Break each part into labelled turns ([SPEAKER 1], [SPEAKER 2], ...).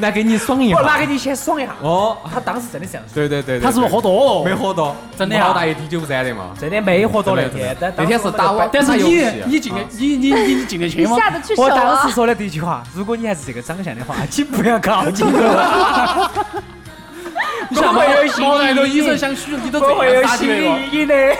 [SPEAKER 1] 来给你爽一
[SPEAKER 2] 我拿
[SPEAKER 1] 下。
[SPEAKER 2] 给你先爽一啊下。
[SPEAKER 1] 哦，
[SPEAKER 2] 他当时真的这样说，
[SPEAKER 1] 对对对，对
[SPEAKER 3] 他是不是喝？多
[SPEAKER 1] 对
[SPEAKER 3] 了？
[SPEAKER 1] 没喝多，
[SPEAKER 3] 真的
[SPEAKER 1] 我
[SPEAKER 3] 啊
[SPEAKER 1] 好大一滴酒不沾的嘛。
[SPEAKER 2] 真的没喝多那
[SPEAKER 1] 真的
[SPEAKER 2] 天，但
[SPEAKER 1] 那天是打我
[SPEAKER 2] 我
[SPEAKER 3] 但是
[SPEAKER 1] 他有啊
[SPEAKER 3] 你
[SPEAKER 1] 戏
[SPEAKER 3] 你进得你你你进得去
[SPEAKER 4] 你
[SPEAKER 3] 吗？
[SPEAKER 4] 下得去手
[SPEAKER 2] 我当
[SPEAKER 4] 啊
[SPEAKER 2] 时！说的第一句话，如果你还是这个长相的话，请不要靠近 我，
[SPEAKER 3] 你想
[SPEAKER 2] 会有心
[SPEAKER 3] 毛来头
[SPEAKER 2] 理
[SPEAKER 3] 医生想许你都
[SPEAKER 2] 我会
[SPEAKER 3] 这
[SPEAKER 2] 有
[SPEAKER 3] 样杀
[SPEAKER 2] 心
[SPEAKER 3] 起来
[SPEAKER 2] 理
[SPEAKER 3] 了。
[SPEAKER 2] 阴影的。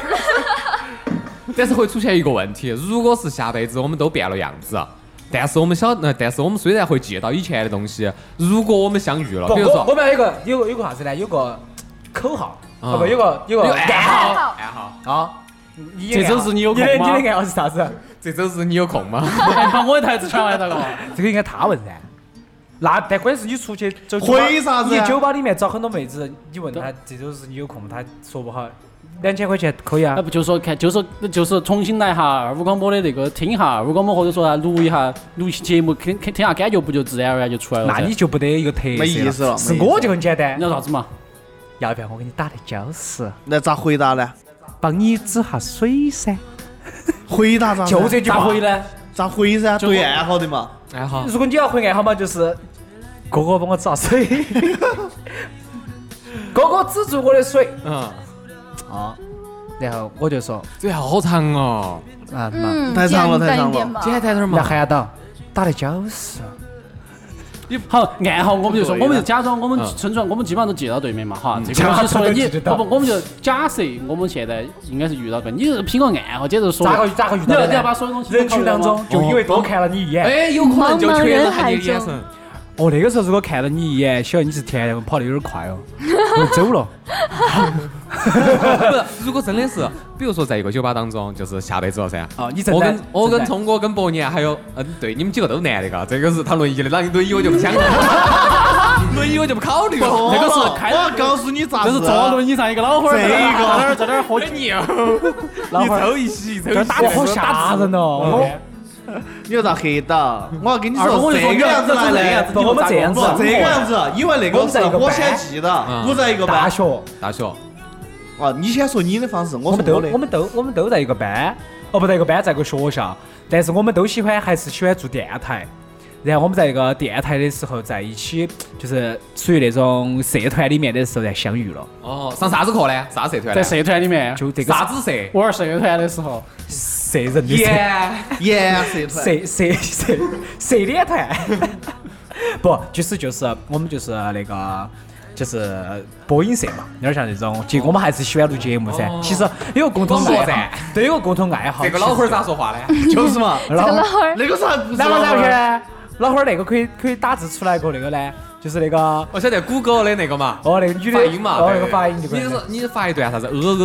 [SPEAKER 1] 但是会出现一个问题，如果是下辈子我们都变了样子，啊但是我们晓，呃但是我们虽然会记得到以前的东西，如果我们相遇了，
[SPEAKER 2] 不，
[SPEAKER 1] 比如
[SPEAKER 2] 我我
[SPEAKER 1] 说
[SPEAKER 2] 们有个有个有个啥子呢？有个口号，
[SPEAKER 1] 嗯
[SPEAKER 2] 啊不，有个有个
[SPEAKER 1] 有暗号
[SPEAKER 4] 暗号
[SPEAKER 1] 暗号，
[SPEAKER 2] 啊。你
[SPEAKER 1] 这周是你有
[SPEAKER 2] 你
[SPEAKER 1] 空
[SPEAKER 2] 的
[SPEAKER 1] 吗
[SPEAKER 2] 你的暗号是啥子？
[SPEAKER 1] 这周是你有空吗？
[SPEAKER 3] 哎把我的台词抢完了个。
[SPEAKER 2] 这个应该他问噻。那但关键是你出去走酒吧
[SPEAKER 5] 回啥子
[SPEAKER 2] 你
[SPEAKER 5] 啊
[SPEAKER 2] 酒吧里面找很多妹子，你问她这周日你有空，她说不好，两千块钱可以啊
[SPEAKER 3] 那。不就说看，就说就是重新来一下二五广播的那个听一下二五广播，或者说啊录一下录一期节目，听听听下感觉不就自然而然就出来了噻？
[SPEAKER 2] 那你就不得一个特色了
[SPEAKER 5] 没意思了
[SPEAKER 2] 是
[SPEAKER 5] 没意思
[SPEAKER 2] 我就很简单
[SPEAKER 3] 你，要啥子嘛？
[SPEAKER 2] 要不要我给你打点胶丝，
[SPEAKER 5] 那咋回答呢？
[SPEAKER 2] 帮你止下水噻？
[SPEAKER 5] 回答咋？
[SPEAKER 2] 就这句
[SPEAKER 3] 咋
[SPEAKER 2] 话
[SPEAKER 3] 回。呢？
[SPEAKER 5] 咋回噻？
[SPEAKER 3] 就
[SPEAKER 5] 对暗号的嘛。
[SPEAKER 1] 暗号，
[SPEAKER 2] 如果你要回暗号嘛，就是哥哥帮我止下水， 哥哥止住我的水，
[SPEAKER 1] 嗯，
[SPEAKER 2] 啊，然后我就说
[SPEAKER 1] 这还好长哦，
[SPEAKER 2] 啊妈，
[SPEAKER 4] 嗯，
[SPEAKER 5] 太长了太长了
[SPEAKER 4] 简单一点嘛。
[SPEAKER 1] 简单点儿
[SPEAKER 2] 那
[SPEAKER 1] 嘛。
[SPEAKER 2] 韩亚导打的胶丝，
[SPEAKER 3] 好，暗号我们就说，
[SPEAKER 5] 对
[SPEAKER 3] 我们就假装我们
[SPEAKER 1] 嗯
[SPEAKER 3] 村庄，我们基本上都记到对面嘛，哈。这
[SPEAKER 2] 嗯
[SPEAKER 3] 个
[SPEAKER 2] 假
[SPEAKER 3] 东
[SPEAKER 2] 装
[SPEAKER 3] 西说的
[SPEAKER 2] 都
[SPEAKER 3] 你，
[SPEAKER 2] 记得
[SPEAKER 3] 不
[SPEAKER 2] 到
[SPEAKER 3] 不，我们就假设我们现在应该是遇到个，你拼个暗号，接着说。
[SPEAKER 2] 咋个咋个遇
[SPEAKER 3] 你
[SPEAKER 2] 到
[SPEAKER 3] 要
[SPEAKER 2] 的
[SPEAKER 3] 你要
[SPEAKER 2] 呢
[SPEAKER 3] 把？所有东西都
[SPEAKER 2] 人群当
[SPEAKER 3] 考虑
[SPEAKER 2] 中
[SPEAKER 3] 到
[SPEAKER 2] 就因为多看了你一眼，
[SPEAKER 1] 哎，有可能就
[SPEAKER 4] 茫茫
[SPEAKER 1] 确认
[SPEAKER 4] 人
[SPEAKER 1] 下
[SPEAKER 4] 海
[SPEAKER 1] 你的眼
[SPEAKER 4] 中
[SPEAKER 1] 神。
[SPEAKER 2] 哦，那个时候如果看了你一眼，晓得你是天然，跑得有点快 哦，我就走了。
[SPEAKER 1] 不是，如果真的是，比如说在一个酒吧当中，就是下辈子了噻。
[SPEAKER 2] 哦你正
[SPEAKER 1] 我
[SPEAKER 2] 在
[SPEAKER 1] 跟我
[SPEAKER 2] 正
[SPEAKER 1] 跟
[SPEAKER 2] 在
[SPEAKER 1] 聪哥、跟伯年还有，嗯，对，你们几个都男的，嘎，这个是他轮椅的，那你轮椅我就不想了，轮椅我就不考虑哦了。
[SPEAKER 3] 那个是开
[SPEAKER 5] 我告诉你咋
[SPEAKER 3] 这是坐轮椅上一个老花儿，
[SPEAKER 5] 这
[SPEAKER 3] 在那
[SPEAKER 5] 个
[SPEAKER 3] 儿在那儿喝酒，
[SPEAKER 2] 老
[SPEAKER 1] 一
[SPEAKER 2] 汉儿
[SPEAKER 1] 抽一吸，一抽一
[SPEAKER 2] 这
[SPEAKER 1] 吸。
[SPEAKER 2] 打得好吓人哦！
[SPEAKER 5] 你要咋黑的？我要跟你
[SPEAKER 3] 二
[SPEAKER 5] 说
[SPEAKER 3] 我跟你
[SPEAKER 5] 这
[SPEAKER 3] 说
[SPEAKER 5] 个样子来的，
[SPEAKER 2] 不，我们这样
[SPEAKER 5] 不
[SPEAKER 2] 子，
[SPEAKER 5] 这个样子，因为那
[SPEAKER 2] 我们
[SPEAKER 5] 个是
[SPEAKER 2] 在一个
[SPEAKER 5] 我
[SPEAKER 2] 班
[SPEAKER 5] 先记的，
[SPEAKER 1] 嗯
[SPEAKER 5] 我在一个
[SPEAKER 2] 大
[SPEAKER 5] 班。
[SPEAKER 2] 学，
[SPEAKER 1] 大学，
[SPEAKER 5] 啊，你先说你的方式，我
[SPEAKER 2] 我们
[SPEAKER 5] 说
[SPEAKER 2] 都
[SPEAKER 5] 我的
[SPEAKER 2] 我。们都我们都在一个班，哦不在一个班，在一个学校，但是我们都喜欢还是喜欢做电台。然后我们在一个电台的时候在一起，就是属于那种社团里面的时候在相遇了。
[SPEAKER 1] 哦，上啥子课呢？啥社团呢？
[SPEAKER 3] 在社团里面，
[SPEAKER 2] 就这个
[SPEAKER 1] 啥子社？
[SPEAKER 3] 玩社团的时候，
[SPEAKER 2] 社人的社
[SPEAKER 1] 耶，
[SPEAKER 5] 颜色出来。
[SPEAKER 2] 谁谁谁谁脸团？ 不，就是就是我们就是那个。就是播音社嘛，有点像那种，结果我们还是喜欢录节目噻。
[SPEAKER 1] 哦
[SPEAKER 2] 其实有个共同
[SPEAKER 1] 广播
[SPEAKER 2] 爱
[SPEAKER 1] 噻
[SPEAKER 2] 好，对，有个共同爱好。
[SPEAKER 1] 这个老汉儿咋说话呢？
[SPEAKER 5] 就是嘛，
[SPEAKER 2] 其实？老
[SPEAKER 4] 这
[SPEAKER 2] 汉
[SPEAKER 4] 个
[SPEAKER 2] 儿
[SPEAKER 4] 老二
[SPEAKER 5] 那个啥不是
[SPEAKER 2] 哪个哪
[SPEAKER 5] 老
[SPEAKER 2] 个去
[SPEAKER 5] 汉儿
[SPEAKER 2] 呢？老汉儿那个可以可以打字出来个那个呢，就是那个哦
[SPEAKER 1] 我晓得谷歌的那个嘛，
[SPEAKER 2] 那个女的
[SPEAKER 1] 发音嘛，
[SPEAKER 2] 哦
[SPEAKER 1] 对
[SPEAKER 2] 那个发音就可以
[SPEAKER 1] 你
[SPEAKER 2] 了。
[SPEAKER 1] 是你发一段啥子？呃呃呃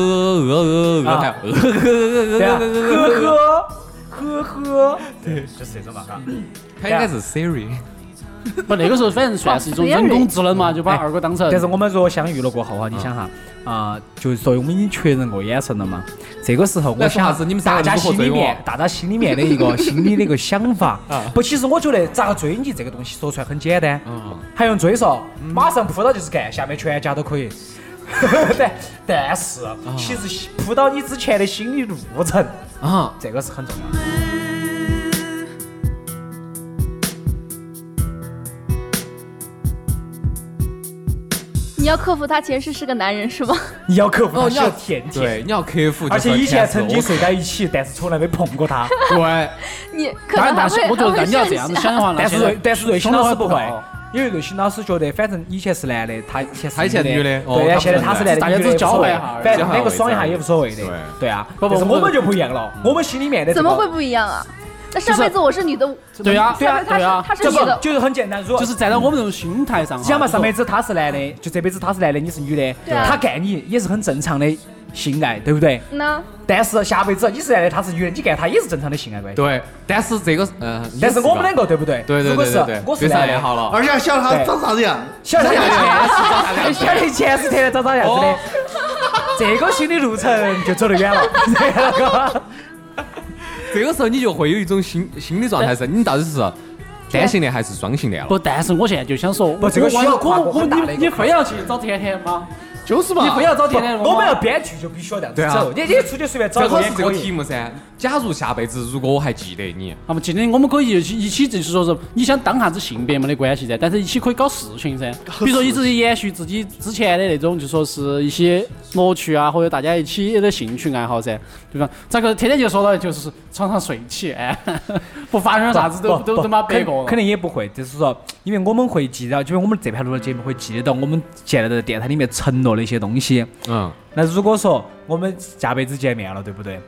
[SPEAKER 1] 呃呃，还有呃呃呃呃
[SPEAKER 2] 对啊，
[SPEAKER 1] 呃呃呃，
[SPEAKER 2] 呵呵呵呵，对，就是这种嘛。嘎
[SPEAKER 1] 他应该是 Siri。
[SPEAKER 3] 不，那个时候反正算
[SPEAKER 4] 哦
[SPEAKER 3] 是一种人工智能嘛，就把二哥当成。
[SPEAKER 2] 但是我们如果相遇了过后
[SPEAKER 1] 嗯
[SPEAKER 2] 哈，你想哈，啊，就是说我们已经确认过眼神了嘛。这个时候，我
[SPEAKER 1] 那说啥
[SPEAKER 2] 想
[SPEAKER 1] 子你们三
[SPEAKER 2] 大
[SPEAKER 1] 个
[SPEAKER 2] 家
[SPEAKER 1] 如何
[SPEAKER 2] 心里
[SPEAKER 1] 追我
[SPEAKER 2] 面，大家心里面的一 个心里的一个想法
[SPEAKER 1] 啊。
[SPEAKER 2] 不，其实我觉得咋个追你这个东西说出来很简单，
[SPEAKER 1] 嗯，
[SPEAKER 2] 还用追嗦？马上扑倒就是干，下面全家都可以。 但但是，其实扑倒你之前的心理路程，
[SPEAKER 1] 啊，
[SPEAKER 2] 这个是很重要的。
[SPEAKER 4] 你要克服他前世是个男人是吗？
[SPEAKER 2] 你要克服
[SPEAKER 1] 哦，
[SPEAKER 2] 它
[SPEAKER 1] 你
[SPEAKER 2] 是
[SPEAKER 1] 要
[SPEAKER 2] 个甜甜。
[SPEAKER 1] 对，你要克服。
[SPEAKER 2] 而且以前曾经
[SPEAKER 1] 是
[SPEAKER 2] 睡在一起，但是从来没碰过他。
[SPEAKER 1] 对，
[SPEAKER 4] 你可
[SPEAKER 3] 当然，
[SPEAKER 4] 能还
[SPEAKER 3] 但是
[SPEAKER 4] 会
[SPEAKER 3] 我觉得
[SPEAKER 4] 还会啊
[SPEAKER 3] 你要
[SPEAKER 4] 剩
[SPEAKER 3] 这样子
[SPEAKER 4] 下
[SPEAKER 3] 想的话，那
[SPEAKER 2] 但是
[SPEAKER 3] 现在
[SPEAKER 2] 瑞但是瑞
[SPEAKER 3] 兄
[SPEAKER 2] 鑫
[SPEAKER 3] 弟
[SPEAKER 2] 老
[SPEAKER 3] 伙
[SPEAKER 2] 师不会
[SPEAKER 3] 搞，
[SPEAKER 2] 因为瑞鑫老师觉得反正以前是男的，他以前
[SPEAKER 1] 他以前
[SPEAKER 2] 是
[SPEAKER 1] 女的
[SPEAKER 2] 的，
[SPEAKER 1] 哦
[SPEAKER 2] 对，
[SPEAKER 1] 他
[SPEAKER 2] 现在
[SPEAKER 1] 不
[SPEAKER 2] 他是
[SPEAKER 1] 是
[SPEAKER 2] 男的，
[SPEAKER 3] 大家
[SPEAKER 2] 女的
[SPEAKER 3] 只
[SPEAKER 2] 也
[SPEAKER 3] 交
[SPEAKER 2] 无所
[SPEAKER 3] 换
[SPEAKER 2] 谓
[SPEAKER 3] 一下而已
[SPEAKER 2] 反
[SPEAKER 1] 交
[SPEAKER 2] 正
[SPEAKER 1] 换
[SPEAKER 2] 两个
[SPEAKER 1] 位
[SPEAKER 2] 爽一下
[SPEAKER 1] 置
[SPEAKER 2] 也无所谓的
[SPEAKER 1] 对，
[SPEAKER 2] 对啊。
[SPEAKER 3] 不不
[SPEAKER 2] 但是
[SPEAKER 3] 我
[SPEAKER 2] 我们就不一样了，我们心里面的这
[SPEAKER 4] 怎
[SPEAKER 2] 个
[SPEAKER 4] 么会不一样啊？那上
[SPEAKER 3] 就是
[SPEAKER 4] 辈子我是女的，
[SPEAKER 3] 对呀，
[SPEAKER 4] 下辈子
[SPEAKER 3] 对呀
[SPEAKER 4] 他，是
[SPEAKER 2] 这
[SPEAKER 4] 他是女
[SPEAKER 2] 不
[SPEAKER 4] 的，
[SPEAKER 2] 就是很简单，如果
[SPEAKER 3] 就是站在我们这种心态上哈。啊
[SPEAKER 2] 想嘛，上辈
[SPEAKER 3] 面
[SPEAKER 2] 子他是男的，就这辈子他是男的，你是女的，
[SPEAKER 4] 对啊
[SPEAKER 2] 他干你也是很正常的性爱，对不对？
[SPEAKER 4] 那
[SPEAKER 2] 但是下辈子你是男的，他是女的，你干他也是正常的性爱关系。
[SPEAKER 1] 对，但是这个，嗯、呃，
[SPEAKER 2] 但是我们两
[SPEAKER 1] 个，
[SPEAKER 2] 个对不对？
[SPEAKER 1] 对对
[SPEAKER 2] 如果
[SPEAKER 1] 对
[SPEAKER 2] 是
[SPEAKER 1] 对对，
[SPEAKER 2] 我是
[SPEAKER 1] 别
[SPEAKER 2] 男
[SPEAKER 1] 练
[SPEAKER 2] 的，
[SPEAKER 1] 好了。
[SPEAKER 5] 而且晓得他长啥子样，
[SPEAKER 2] 晓得
[SPEAKER 1] 对
[SPEAKER 2] 前 晓得前是特长啥样子的
[SPEAKER 1] 哦，
[SPEAKER 2] 这个心理路程就走得远了。
[SPEAKER 1] 这个时候你就会有一种心心理状态是，你到底是
[SPEAKER 2] 啊
[SPEAKER 1] 单性恋还是双性恋了？
[SPEAKER 3] 不，但是我现在就想说，
[SPEAKER 2] 不这个需要
[SPEAKER 3] 我
[SPEAKER 2] 跨过
[SPEAKER 3] 我
[SPEAKER 2] 很大的
[SPEAKER 3] 你
[SPEAKER 2] 一个
[SPEAKER 3] 你非要去找甜甜吗？
[SPEAKER 5] 就是嘛。
[SPEAKER 3] 你不要找电台人
[SPEAKER 2] 我们要编剧就必须要这样子
[SPEAKER 1] 对啊
[SPEAKER 2] 走，你你出去随便找
[SPEAKER 1] 正
[SPEAKER 2] 一个
[SPEAKER 1] 好
[SPEAKER 2] 也
[SPEAKER 1] 是这个
[SPEAKER 2] 可
[SPEAKER 1] 题
[SPEAKER 2] 以。
[SPEAKER 1] 目噻。假如下辈子如果我还记得你，
[SPEAKER 3] 那么今天我们可以一起一起就是说是，你想当啥子性别没得关系噻，但是一起可以搞事情噻。比如说你只是延续自己之前的那种，就说是一些乐趣啊，或者大家一起的兴趣爱好噻，对吧？这个天天就说到就是床上睡起，哎， 不发生啥子都
[SPEAKER 2] 不
[SPEAKER 3] 都
[SPEAKER 2] 不
[SPEAKER 3] 他妈白
[SPEAKER 2] 肯
[SPEAKER 3] 过
[SPEAKER 2] 肯
[SPEAKER 3] 了。
[SPEAKER 2] 定也不会，就是说，因为我们会记得，就是我们这盘录的节目会记得到我们现在的电台里面承诺的一些东西。
[SPEAKER 1] 嗯，
[SPEAKER 2] 那如果说我们下辈子见面了，对不对？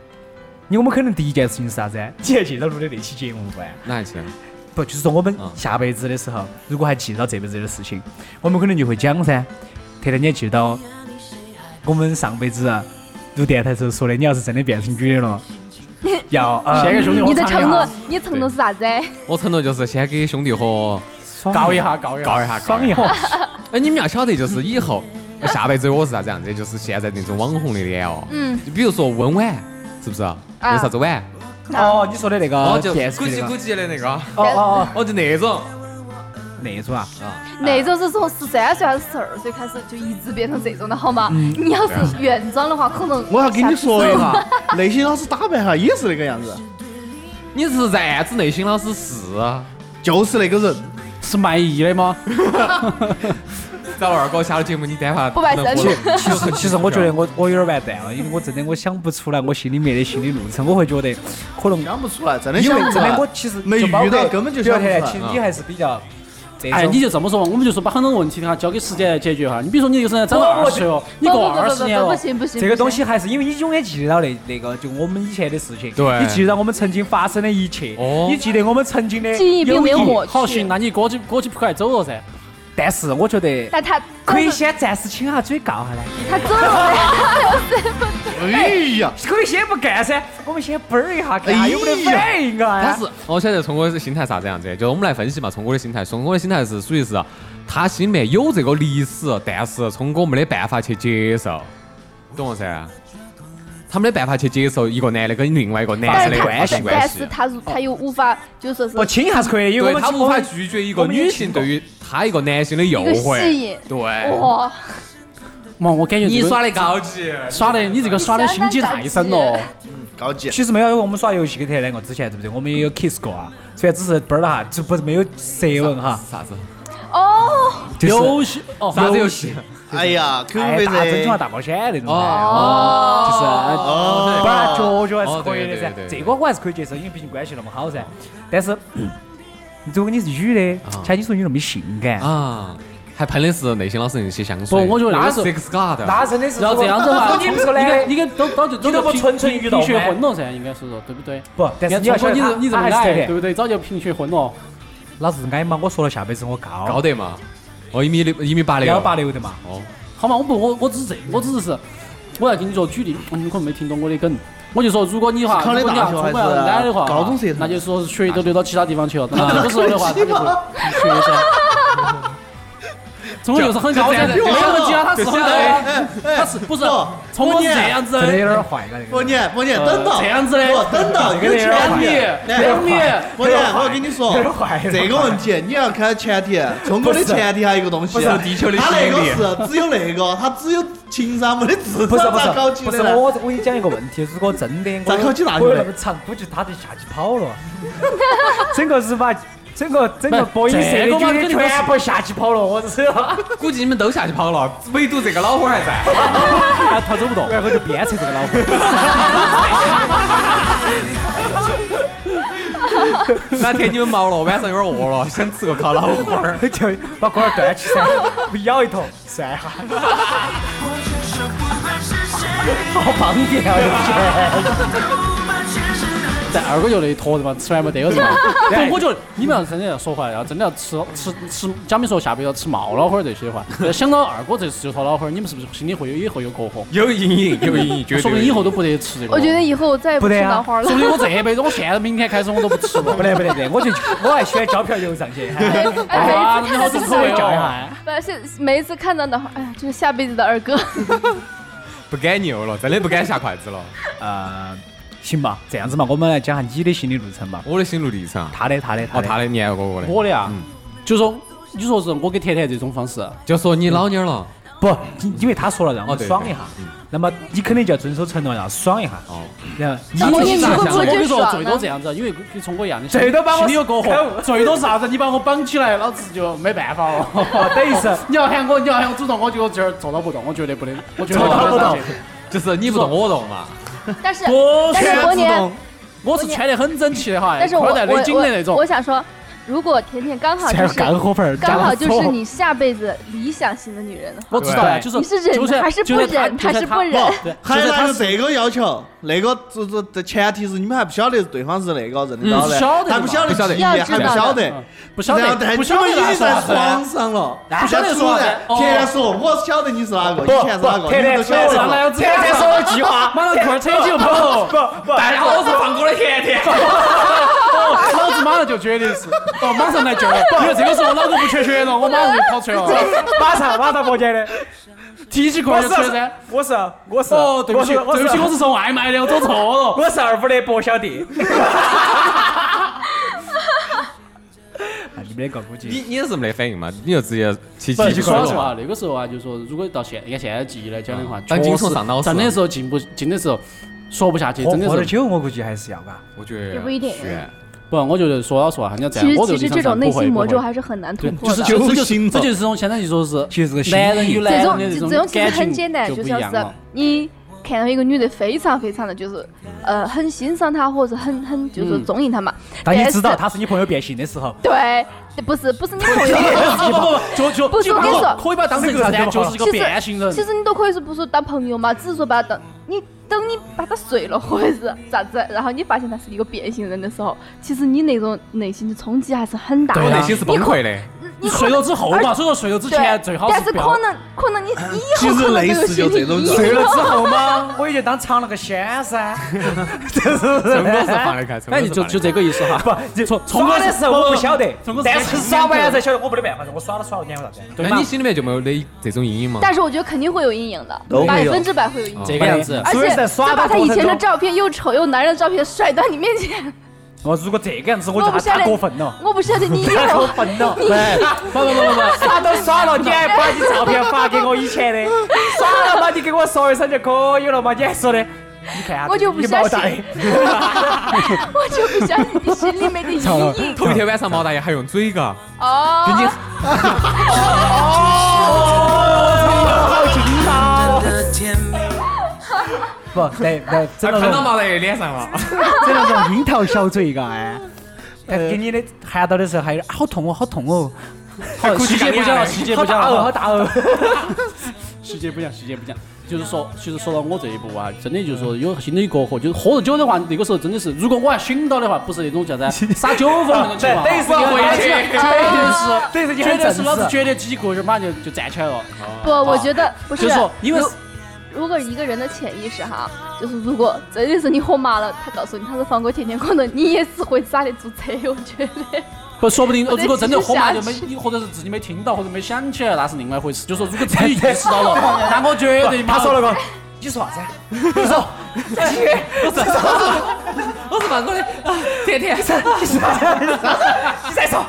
[SPEAKER 2] 你我们肯定第一件事情是啥子？你还记得录的那期节目不？
[SPEAKER 1] 那还行。
[SPEAKER 2] 不，就是说我们
[SPEAKER 1] 嗯
[SPEAKER 2] 下辈子的时候，如果还记得到这辈子的事情，我们可能就会讲噻。特特，你还记得到我们上辈子啊录电台时候说的，你要是真的变成女的 了，要呃
[SPEAKER 3] 先给兄弟伙
[SPEAKER 4] 你的承
[SPEAKER 3] 尝，
[SPEAKER 4] 诺
[SPEAKER 2] 啊
[SPEAKER 4] 你的承诺是啥子？
[SPEAKER 1] 我承诺就是先给兄弟伙
[SPEAKER 3] 一下告一下，告一下，
[SPEAKER 1] 搞一下，搞
[SPEAKER 2] 爽
[SPEAKER 1] 一
[SPEAKER 2] 一
[SPEAKER 1] 下。
[SPEAKER 2] 下。
[SPEAKER 1] 哎，你们要晓得，就是以后呃下辈子我是啥子样子，就是现在那种网红的脸哦。
[SPEAKER 4] 嗯，
[SPEAKER 1] 比如说温婉，是不是？那啥子婉？
[SPEAKER 2] 哦，你说的那
[SPEAKER 1] 哦，
[SPEAKER 2] 个
[SPEAKER 1] 就
[SPEAKER 2] 电视
[SPEAKER 1] 估
[SPEAKER 2] 剧
[SPEAKER 1] 计
[SPEAKER 2] 那
[SPEAKER 1] 估
[SPEAKER 2] 个，
[SPEAKER 1] 计的那个，
[SPEAKER 2] 哦哦
[SPEAKER 1] 哦，就那种。
[SPEAKER 2] 哦，那种啊，
[SPEAKER 4] 那种是从十三岁还是十二岁开始就一直变成这种的好吗？你要是原装的话，可能
[SPEAKER 5] 我要跟你说 一下，那些老师打扮哈也是那个样子，
[SPEAKER 1] 你是在暗指内心老师是啊
[SPEAKER 5] 就是那个人。
[SPEAKER 3] 是卖艺的吗？
[SPEAKER 1] 找二哥下了节目，你单发
[SPEAKER 4] 不卖身
[SPEAKER 1] 不能活动
[SPEAKER 2] 其实 其实我觉得我我有点完蛋了，因为我真的我想不出来我心里面的心理路程，我会觉得可能
[SPEAKER 5] 想不出来，真的
[SPEAKER 2] 因
[SPEAKER 5] 想啊
[SPEAKER 2] 为
[SPEAKER 5] 不出
[SPEAKER 2] 真
[SPEAKER 5] 来
[SPEAKER 2] 的。我其实
[SPEAKER 5] 没
[SPEAKER 2] 就包括
[SPEAKER 5] 遇到根本就想不出来啊
[SPEAKER 2] 对其实你还是比较这种。
[SPEAKER 3] 哎，你就这么说嘛，我们就说把很多问题哈交给时间来解决哈。你比如说你这个人长到
[SPEAKER 2] 不不
[SPEAKER 3] 二十岁哦，你过
[SPEAKER 4] 不不
[SPEAKER 3] 二
[SPEAKER 4] 不
[SPEAKER 3] 十
[SPEAKER 4] 不
[SPEAKER 3] 年
[SPEAKER 4] 不不
[SPEAKER 3] 了，
[SPEAKER 4] 行不行，
[SPEAKER 2] 这个东西还是因为你永远记得到那那个，就我们以前的事情，
[SPEAKER 1] 对
[SPEAKER 2] 你记得到我们曾经发生的一切，
[SPEAKER 1] 哦
[SPEAKER 2] 你记得我们曾经的
[SPEAKER 4] 记忆并没有
[SPEAKER 2] 友谊
[SPEAKER 4] 抹去。
[SPEAKER 3] 好行，那你过去过去不快走了噻。
[SPEAKER 2] 但是我觉得
[SPEAKER 4] 但他
[SPEAKER 2] 可以先暂时请下嘴告下来，
[SPEAKER 4] 他走了，
[SPEAKER 5] 哎呀，
[SPEAKER 2] 可以先不干噻，我们先啵儿一下，看下有没得反应啊。
[SPEAKER 1] 他是，我晓得聪哥的心态啥子样子，就是我们来分析嘛。聪哥的心态，聪哥的心态是属于是，啊他心里面有这个历史，但是聪哥没得办法去接受，懂了噻？他没得办法去接受一个男的跟另外一个男
[SPEAKER 4] 但
[SPEAKER 1] 的
[SPEAKER 4] 是他
[SPEAKER 1] 关系关
[SPEAKER 4] 但
[SPEAKER 1] 系
[SPEAKER 4] 是，他他又无法，就是说是
[SPEAKER 2] 不亲还是可以的，因
[SPEAKER 1] 对
[SPEAKER 2] 为我们
[SPEAKER 1] 他无法
[SPEAKER 2] 我
[SPEAKER 1] 拒绝一个女性对于他一个男性的诱
[SPEAKER 4] 一个
[SPEAKER 1] 惑
[SPEAKER 4] 吸引，哦
[SPEAKER 1] 对。
[SPEAKER 4] 哇，
[SPEAKER 3] 嘛，我感觉
[SPEAKER 1] 你
[SPEAKER 3] 这个
[SPEAKER 1] 耍的高级，
[SPEAKER 3] 耍的，你这个耍的心机太深了。
[SPEAKER 5] 高级。
[SPEAKER 2] 其实没有，因为我们耍游戏跟特两个之前对不对？我们也有 kiss 过啊，虽然只是啵儿了哈，就不是没有舌吻哈，
[SPEAKER 1] 啥子？
[SPEAKER 4] 哦，
[SPEAKER 2] 就是
[SPEAKER 3] 游戏哦，
[SPEAKER 1] 啊啥子游戏？
[SPEAKER 5] 哎呀
[SPEAKER 2] 哎
[SPEAKER 5] ，QQ
[SPEAKER 2] 大真
[SPEAKER 5] 飞
[SPEAKER 2] 话
[SPEAKER 5] 车，
[SPEAKER 2] 大冒险那种噻。哎
[SPEAKER 1] 哦
[SPEAKER 2] 就是
[SPEAKER 5] 哦
[SPEAKER 2] 不然脚脚还是可以的
[SPEAKER 1] 哦对对
[SPEAKER 2] 噻
[SPEAKER 1] 对。对
[SPEAKER 2] 这个我还是可以接受，因为毕竟关系那么好噻。但是如果你是女的，
[SPEAKER 1] 啊
[SPEAKER 2] 像你说你那么性感，
[SPEAKER 1] 啊，还喷的是内心老师那些香水。
[SPEAKER 3] 不我觉得那
[SPEAKER 1] 那
[SPEAKER 3] 个时候
[SPEAKER 1] Six 啊 God，
[SPEAKER 2] 那真的是
[SPEAKER 3] 然后这样子的话，
[SPEAKER 2] 如果
[SPEAKER 3] 你
[SPEAKER 2] 你不是个男
[SPEAKER 3] 跟
[SPEAKER 2] 的，
[SPEAKER 3] 你跟都到就
[SPEAKER 2] 你都不纯粹遇到
[SPEAKER 3] 贫血
[SPEAKER 2] 吗
[SPEAKER 3] 混了噻，应该是说对不对？
[SPEAKER 2] 不，但是
[SPEAKER 3] 看
[SPEAKER 2] 你要
[SPEAKER 3] 聪
[SPEAKER 2] 晓
[SPEAKER 3] 哥
[SPEAKER 2] 得他
[SPEAKER 3] 你这你
[SPEAKER 2] 他
[SPEAKER 3] 这么
[SPEAKER 2] 还是
[SPEAKER 3] 矮，
[SPEAKER 2] 特
[SPEAKER 3] 对
[SPEAKER 2] 别，
[SPEAKER 3] 不对？早就贫血混了。
[SPEAKER 2] 老子是矮嘛，我说了下辈子我高，
[SPEAKER 1] 高得嘛？哦，一米六，一米八六，
[SPEAKER 2] 幺八。六的嘛。
[SPEAKER 1] 哦，
[SPEAKER 3] 好嘛，我不我我只是这，我只是是我要给你做举例，嗯你可能没听懂我的梗。我就说，如果你哈，
[SPEAKER 5] 是考的
[SPEAKER 3] 如果你要
[SPEAKER 5] 大学
[SPEAKER 3] 出
[SPEAKER 5] 还
[SPEAKER 3] 门
[SPEAKER 5] 是
[SPEAKER 3] 要是矮的话，
[SPEAKER 5] 高中社团
[SPEAKER 3] 那就说是血都流到其他地方去了。那这个时候的话，他就会贫血噻。 聪哥就是很高噻，没
[SPEAKER 5] 就
[SPEAKER 3] 有人家他是
[SPEAKER 1] 就
[SPEAKER 3] 很
[SPEAKER 1] 像
[SPEAKER 3] 高
[SPEAKER 1] 哎
[SPEAKER 3] 的，啊他是不是
[SPEAKER 5] 哦
[SPEAKER 3] 聪哥是这样子
[SPEAKER 2] 真
[SPEAKER 3] 的
[SPEAKER 2] 的有点坏了，这
[SPEAKER 5] 伯
[SPEAKER 2] 个。
[SPEAKER 5] 年，伯年，等到
[SPEAKER 3] 这样子的
[SPEAKER 5] 我等到
[SPEAKER 2] 这个
[SPEAKER 5] 有
[SPEAKER 2] 人
[SPEAKER 3] 两
[SPEAKER 5] 前提
[SPEAKER 3] 米，
[SPEAKER 5] 哎
[SPEAKER 3] 两米
[SPEAKER 5] 伯年，我跟你说
[SPEAKER 2] 有点坏，有点坏
[SPEAKER 5] 这个问题你要看前提，聪哥的前提还有一个东西，
[SPEAKER 1] 不是地球的
[SPEAKER 5] 他
[SPEAKER 1] 吸
[SPEAKER 5] 那
[SPEAKER 1] 引力
[SPEAKER 5] 个是只有那个，他只有情商没得智
[SPEAKER 2] 不是
[SPEAKER 5] 商，
[SPEAKER 2] 不是
[SPEAKER 5] 咋搞起
[SPEAKER 2] 不
[SPEAKER 5] 的
[SPEAKER 2] 是
[SPEAKER 5] 呢？
[SPEAKER 2] 我我给你讲一个问题，如果真的我
[SPEAKER 5] 咋考起大学
[SPEAKER 2] 我有
[SPEAKER 5] 嘞
[SPEAKER 2] 那么长，估计他就下去跑了。整个是把整个整个博音社的
[SPEAKER 3] 这个嘛
[SPEAKER 2] 女的
[SPEAKER 3] 肯定是
[SPEAKER 2] 全部下去跑了，我只要。
[SPEAKER 1] 估计你们都下去跑了，唯独这个老伙儿还在。
[SPEAKER 2] 他他走不动，然后就鞭策这个老婆。
[SPEAKER 1] 那天你们忙了，晚上有点饿了，想吃个烤老虎儿。
[SPEAKER 2] 就把锅儿端起噻，不咬一头，算哈。好方便啊！
[SPEAKER 3] 在二哥就那一坨子嘛，吃完没得了是吧？但我觉得你们要真的要说回来，要真的要吃吃吃，假比说下辈子要吃冒老花儿这些的话，要想到二哥这次就掏老花儿，你们是不是心里会有也会有隔阂？
[SPEAKER 1] 有阴影，有阴影，绝对。
[SPEAKER 3] 说不定以后都不得吃这个。
[SPEAKER 4] 我觉得以后我再也不
[SPEAKER 2] 不
[SPEAKER 4] 吃
[SPEAKER 2] 得啊
[SPEAKER 4] 脑花了
[SPEAKER 3] 说。不定我这一辈子，我现在明天开始我都不吃 了。
[SPEAKER 2] 不得不得不得，我就我还喜欢胶漂油上去。
[SPEAKER 4] 哎
[SPEAKER 3] 啊，
[SPEAKER 4] 哎，每
[SPEAKER 3] 你
[SPEAKER 4] 次
[SPEAKER 3] 好
[SPEAKER 4] 看
[SPEAKER 3] 吃
[SPEAKER 4] 到
[SPEAKER 3] 口
[SPEAKER 4] 这
[SPEAKER 3] 味
[SPEAKER 4] 个，
[SPEAKER 3] 哦！
[SPEAKER 4] 不是每一次看到脑花，哎呀，这是下辈子的 二哥。
[SPEAKER 1] 不敢扭了，真的不敢下筷子了。
[SPEAKER 2] 呃，行吧，这样子嘛，我们来讲下你的心理路程吧。
[SPEAKER 1] 我的心路历程啊，
[SPEAKER 2] 他的，他的，
[SPEAKER 1] 哦，
[SPEAKER 2] 他
[SPEAKER 1] 他
[SPEAKER 2] 的。
[SPEAKER 1] 的你还有我的，
[SPEAKER 3] 我的啊，就说你说是我给甜甜这种方式，
[SPEAKER 1] 就说你老妞儿了，
[SPEAKER 2] 不，因为他说了让我
[SPEAKER 1] 哦对
[SPEAKER 2] 们爽一下，那么你肯定就要遵守承诺，要爽一下。
[SPEAKER 1] 哦，
[SPEAKER 2] 然后
[SPEAKER 3] 你
[SPEAKER 4] 我
[SPEAKER 2] 你
[SPEAKER 4] 也
[SPEAKER 3] 你
[SPEAKER 4] 是
[SPEAKER 3] 这
[SPEAKER 4] 我
[SPEAKER 3] 个
[SPEAKER 4] 就
[SPEAKER 3] 我跟你说，
[SPEAKER 4] 爽
[SPEAKER 3] 最多
[SPEAKER 4] 了
[SPEAKER 3] 这样子，因为跟聪哥一样的，
[SPEAKER 2] 最多把我
[SPEAKER 3] 心里有过
[SPEAKER 2] 坑
[SPEAKER 3] 火，最多是啥子？你把我绑起来，老子就没办法了。
[SPEAKER 2] 哦等于是
[SPEAKER 3] 你要喊我，你要喊我主动，我就这儿做到不动，我绝对不能，我绝对
[SPEAKER 2] 做到不动
[SPEAKER 3] 上去
[SPEAKER 1] 就是你不动我动嘛。
[SPEAKER 4] 但是
[SPEAKER 3] 我
[SPEAKER 4] 但是
[SPEAKER 3] 全
[SPEAKER 4] 伯
[SPEAKER 3] 自
[SPEAKER 4] 年
[SPEAKER 3] 动，，我是穿得很整齐的哈，
[SPEAKER 4] 但是我
[SPEAKER 3] 裤
[SPEAKER 4] 我
[SPEAKER 3] 带勒紧的那
[SPEAKER 4] 我
[SPEAKER 3] 种
[SPEAKER 4] 我。想说，如果甜甜刚好就
[SPEAKER 2] 全
[SPEAKER 4] 是
[SPEAKER 2] 是干货粉儿，
[SPEAKER 4] 刚好就
[SPEAKER 2] 加
[SPEAKER 4] 是
[SPEAKER 2] 了
[SPEAKER 4] 你下辈子理想型的女人的话，
[SPEAKER 3] 我知道呀，
[SPEAKER 2] 对
[SPEAKER 3] 就是
[SPEAKER 4] 你是忍
[SPEAKER 3] 就是
[SPEAKER 4] 还是不
[SPEAKER 3] 就是他
[SPEAKER 4] 忍还
[SPEAKER 3] 就是他
[SPEAKER 4] 不忍
[SPEAKER 3] 对
[SPEAKER 5] 还
[SPEAKER 3] 就是
[SPEAKER 5] 哪
[SPEAKER 3] 他
[SPEAKER 5] 有
[SPEAKER 3] 是
[SPEAKER 5] 这个要求？那个这这这前提是你们还不晓得对方是那个认得到
[SPEAKER 3] 嗯晓
[SPEAKER 5] 的，
[SPEAKER 3] 得
[SPEAKER 5] 还不晓
[SPEAKER 1] 嘛
[SPEAKER 5] 得记忆，
[SPEAKER 4] 要知道
[SPEAKER 5] 还不晓得
[SPEAKER 3] 嗯。不晓
[SPEAKER 5] 然后
[SPEAKER 3] 得
[SPEAKER 5] 但
[SPEAKER 3] 不
[SPEAKER 5] 你
[SPEAKER 3] 晓得
[SPEAKER 5] 们已
[SPEAKER 3] 那
[SPEAKER 5] 经
[SPEAKER 3] 是啥
[SPEAKER 5] 在
[SPEAKER 3] 子啊
[SPEAKER 5] 床上了，
[SPEAKER 3] 那
[SPEAKER 5] 不晓
[SPEAKER 3] 晓
[SPEAKER 5] 得
[SPEAKER 3] 得
[SPEAKER 5] 说
[SPEAKER 3] 是啥
[SPEAKER 5] 的
[SPEAKER 3] 子哦，
[SPEAKER 5] 天天说，我晓得你是哪个，以前是哪个，
[SPEAKER 2] 天
[SPEAKER 5] 你们
[SPEAKER 2] 天
[SPEAKER 5] 都晓得
[SPEAKER 2] 说
[SPEAKER 5] 了。
[SPEAKER 3] 天天说我计划，马上裤儿扯起就跑。
[SPEAKER 2] 不不，
[SPEAKER 3] 大家好，我是放歌的甜甜。哦，老子马上就绝对是，哦，马上来救我。因为这个时候脑壳不缺血了，我马上就跑出来了，
[SPEAKER 2] 马上马上伯杰的，
[SPEAKER 3] 提起裤
[SPEAKER 2] 我
[SPEAKER 3] 儿
[SPEAKER 2] 是
[SPEAKER 3] 就吹噻。
[SPEAKER 2] 我是我是，
[SPEAKER 3] 哦，对不起，
[SPEAKER 2] 我
[SPEAKER 3] 对
[SPEAKER 2] 是
[SPEAKER 3] 不起，我是送外卖的，我走错了。
[SPEAKER 2] 我是二五的薄小弟。你们两个估
[SPEAKER 1] 你
[SPEAKER 2] 计
[SPEAKER 1] 你也是没得反应嘛？你就直接起
[SPEAKER 3] 不
[SPEAKER 1] 起
[SPEAKER 3] 是
[SPEAKER 1] 起
[SPEAKER 3] 说
[SPEAKER 1] 说
[SPEAKER 3] 实话，那个时候啊，就说如果到现按现在记忆来讲的话，
[SPEAKER 1] 当
[SPEAKER 3] 确
[SPEAKER 1] 金
[SPEAKER 3] 实
[SPEAKER 1] 虫上脑
[SPEAKER 3] 真的
[SPEAKER 1] 是
[SPEAKER 3] 时候进不进的时候说不下去，
[SPEAKER 2] 喝
[SPEAKER 3] 真的
[SPEAKER 2] 喝点
[SPEAKER 3] 是
[SPEAKER 2] 酒，我估计还是要吧。
[SPEAKER 1] 我觉得
[SPEAKER 4] 也不一定啊
[SPEAKER 1] 悬
[SPEAKER 3] 不，我觉得说老实话，你要这
[SPEAKER 4] 其
[SPEAKER 3] 样，
[SPEAKER 4] 实
[SPEAKER 3] 我
[SPEAKER 4] 其实这种内心魔咒还是很难突
[SPEAKER 3] 对，
[SPEAKER 4] 破
[SPEAKER 3] 就
[SPEAKER 4] 的。
[SPEAKER 3] 是就是
[SPEAKER 5] 揪
[SPEAKER 3] 就是
[SPEAKER 5] 心
[SPEAKER 3] 这
[SPEAKER 5] 了
[SPEAKER 3] 就是这种相当于说是
[SPEAKER 2] 其实是个
[SPEAKER 3] 男人
[SPEAKER 2] 心
[SPEAKER 3] 与
[SPEAKER 2] 理
[SPEAKER 3] 男
[SPEAKER 4] 这
[SPEAKER 3] 人
[SPEAKER 4] 种
[SPEAKER 3] 的
[SPEAKER 4] 这
[SPEAKER 3] 种
[SPEAKER 4] 种其实
[SPEAKER 3] 感
[SPEAKER 4] 很
[SPEAKER 3] 情
[SPEAKER 4] 简单，
[SPEAKER 3] 就
[SPEAKER 4] 就
[SPEAKER 3] 不一
[SPEAKER 4] 像
[SPEAKER 3] 样
[SPEAKER 4] 是
[SPEAKER 3] 了。
[SPEAKER 4] 你看到一个女的非常非常的就是，呃，很欣赏她或者很很就是
[SPEAKER 3] 嗯
[SPEAKER 4] 中意她嘛。
[SPEAKER 2] 当你
[SPEAKER 4] 但
[SPEAKER 2] 知道
[SPEAKER 4] 是
[SPEAKER 2] 他是你朋友变性的时候，
[SPEAKER 4] 对，不是不是你朋友，
[SPEAKER 3] 不 不不，就就
[SPEAKER 4] 不是
[SPEAKER 3] 就
[SPEAKER 4] 我跟你说
[SPEAKER 3] 可以把它当成啥子啊？就是一个
[SPEAKER 4] 其实
[SPEAKER 3] 变性人。
[SPEAKER 4] 其实你都可以说不是当朋友嘛，只是说把他当你等你把他睡了或者是咋子，然后你发现他是一个变性人的时候，其实你那种内心的冲击还是很大
[SPEAKER 1] 对我内
[SPEAKER 4] 的。
[SPEAKER 1] 心是崩溃的。
[SPEAKER 4] 你
[SPEAKER 3] 你
[SPEAKER 4] 可
[SPEAKER 3] 睡
[SPEAKER 4] 能
[SPEAKER 3] 了之后嘛，所以说睡了啊之
[SPEAKER 4] 对
[SPEAKER 3] 前最，好
[SPEAKER 4] 但是
[SPEAKER 3] 不要
[SPEAKER 4] 可。能可能你你以
[SPEAKER 5] 其
[SPEAKER 4] 后
[SPEAKER 5] 实
[SPEAKER 4] 可能
[SPEAKER 5] 类
[SPEAKER 4] 都有
[SPEAKER 5] 似就
[SPEAKER 4] 心理
[SPEAKER 5] 这种
[SPEAKER 4] 阴
[SPEAKER 5] 人
[SPEAKER 2] 睡
[SPEAKER 4] 影
[SPEAKER 2] 了之后 嘛，我也就当尝了个鲜噻，这是不
[SPEAKER 1] 成哥是放得开，成哥
[SPEAKER 3] 哎，
[SPEAKER 1] 是
[SPEAKER 3] 你就
[SPEAKER 1] 放得
[SPEAKER 3] 就
[SPEAKER 1] 开
[SPEAKER 3] 这个意思哈。
[SPEAKER 2] 不，
[SPEAKER 3] 从从
[SPEAKER 2] 耍
[SPEAKER 3] 我
[SPEAKER 2] 的时候我不晓得
[SPEAKER 3] 从我，
[SPEAKER 2] 但是耍完了才晓得，我没得办法，我耍都耍了，你还有啥子？
[SPEAKER 3] 对
[SPEAKER 1] 那
[SPEAKER 3] 嘛
[SPEAKER 1] 你？心里面就没有那这种阴影吗？
[SPEAKER 4] 但是我觉得肯定会有阴影的
[SPEAKER 5] 都会，有
[SPEAKER 4] 百分之百会有阴影。
[SPEAKER 3] 这个样子，
[SPEAKER 4] 而
[SPEAKER 2] 所以
[SPEAKER 4] 且
[SPEAKER 2] 在刷
[SPEAKER 4] 再把
[SPEAKER 2] 的
[SPEAKER 4] 他
[SPEAKER 2] 过
[SPEAKER 4] 以
[SPEAKER 2] 程
[SPEAKER 4] 前的
[SPEAKER 2] 中
[SPEAKER 4] 照片又丑又男人的照片甩到你面前，
[SPEAKER 2] 哦，如果这个样 子，我
[SPEAKER 4] 我
[SPEAKER 2] 觉
[SPEAKER 4] 不
[SPEAKER 2] 得
[SPEAKER 4] 晓
[SPEAKER 2] 他
[SPEAKER 4] 得
[SPEAKER 2] 太过分了，
[SPEAKER 4] 我不晓得 你以
[SPEAKER 2] 太
[SPEAKER 4] 后
[SPEAKER 2] 过分了。哎
[SPEAKER 3] 不不不不不，
[SPEAKER 2] 耍都耍了，你还把你照片发给我以前的， 耍了嘛，你跟我说一声就可以了嘛，你还说的，你看啊
[SPEAKER 4] 我就不
[SPEAKER 2] 你
[SPEAKER 4] 相
[SPEAKER 2] 毛
[SPEAKER 4] 信
[SPEAKER 2] 大爷，
[SPEAKER 4] 我就不相信你心里 面的阴影。
[SPEAKER 1] 头一天晚上毛大爷还用嘴嘎，
[SPEAKER 4] 哦，
[SPEAKER 1] 你
[SPEAKER 6] 的甜蜜。
[SPEAKER 2] 不，来来，
[SPEAKER 1] 还
[SPEAKER 2] 整
[SPEAKER 1] 喷到
[SPEAKER 2] 那种
[SPEAKER 1] 毛大爷脸上了。
[SPEAKER 2] 整那种樱桃小嘴嘎， 哎，给你的喊到的时候还有好痛哦，好痛哦，
[SPEAKER 3] 好，细节不讲了，细节不
[SPEAKER 2] 好
[SPEAKER 3] 讲
[SPEAKER 2] 大哦，好
[SPEAKER 3] 了，
[SPEAKER 2] 大哦，
[SPEAKER 3] 细节不讲，细节不讲。就是说，其实说到我这一步啊，真的就是说有心里过火，就是喝了酒的话，那个时候真的是，如果我还醒到的话，不是那种叫啥撒酒疯那种情
[SPEAKER 2] 对，
[SPEAKER 3] 况，
[SPEAKER 2] 等于是
[SPEAKER 3] 我
[SPEAKER 2] 你
[SPEAKER 3] 回去，绝对是，
[SPEAKER 2] 等于是你
[SPEAKER 3] 绝
[SPEAKER 2] 很
[SPEAKER 3] 对
[SPEAKER 2] 正
[SPEAKER 3] 是老子
[SPEAKER 2] 式，
[SPEAKER 3] 绝对几个人马上就就站起来了，
[SPEAKER 4] 不，
[SPEAKER 2] 啊
[SPEAKER 4] 我觉得不
[SPEAKER 3] 就是是，说，因为
[SPEAKER 4] 如如果一个人的潜意识哈，就是如果真的是你喝麻了，他告诉你他是放过甜甜可能你也是会刹得住车。我觉得
[SPEAKER 3] 不，说不定
[SPEAKER 4] 我
[SPEAKER 3] 如果真的喝麻就没
[SPEAKER 4] 在继，
[SPEAKER 3] 或者是自己没听到或者没想起来，那是另外一回事。就说如果自己意识到了，那我绝对
[SPEAKER 2] 他说了
[SPEAKER 3] 个，
[SPEAKER 2] 个，你说啥子？你说，
[SPEAKER 1] 我是放过的，甜甜。
[SPEAKER 2] 你再说，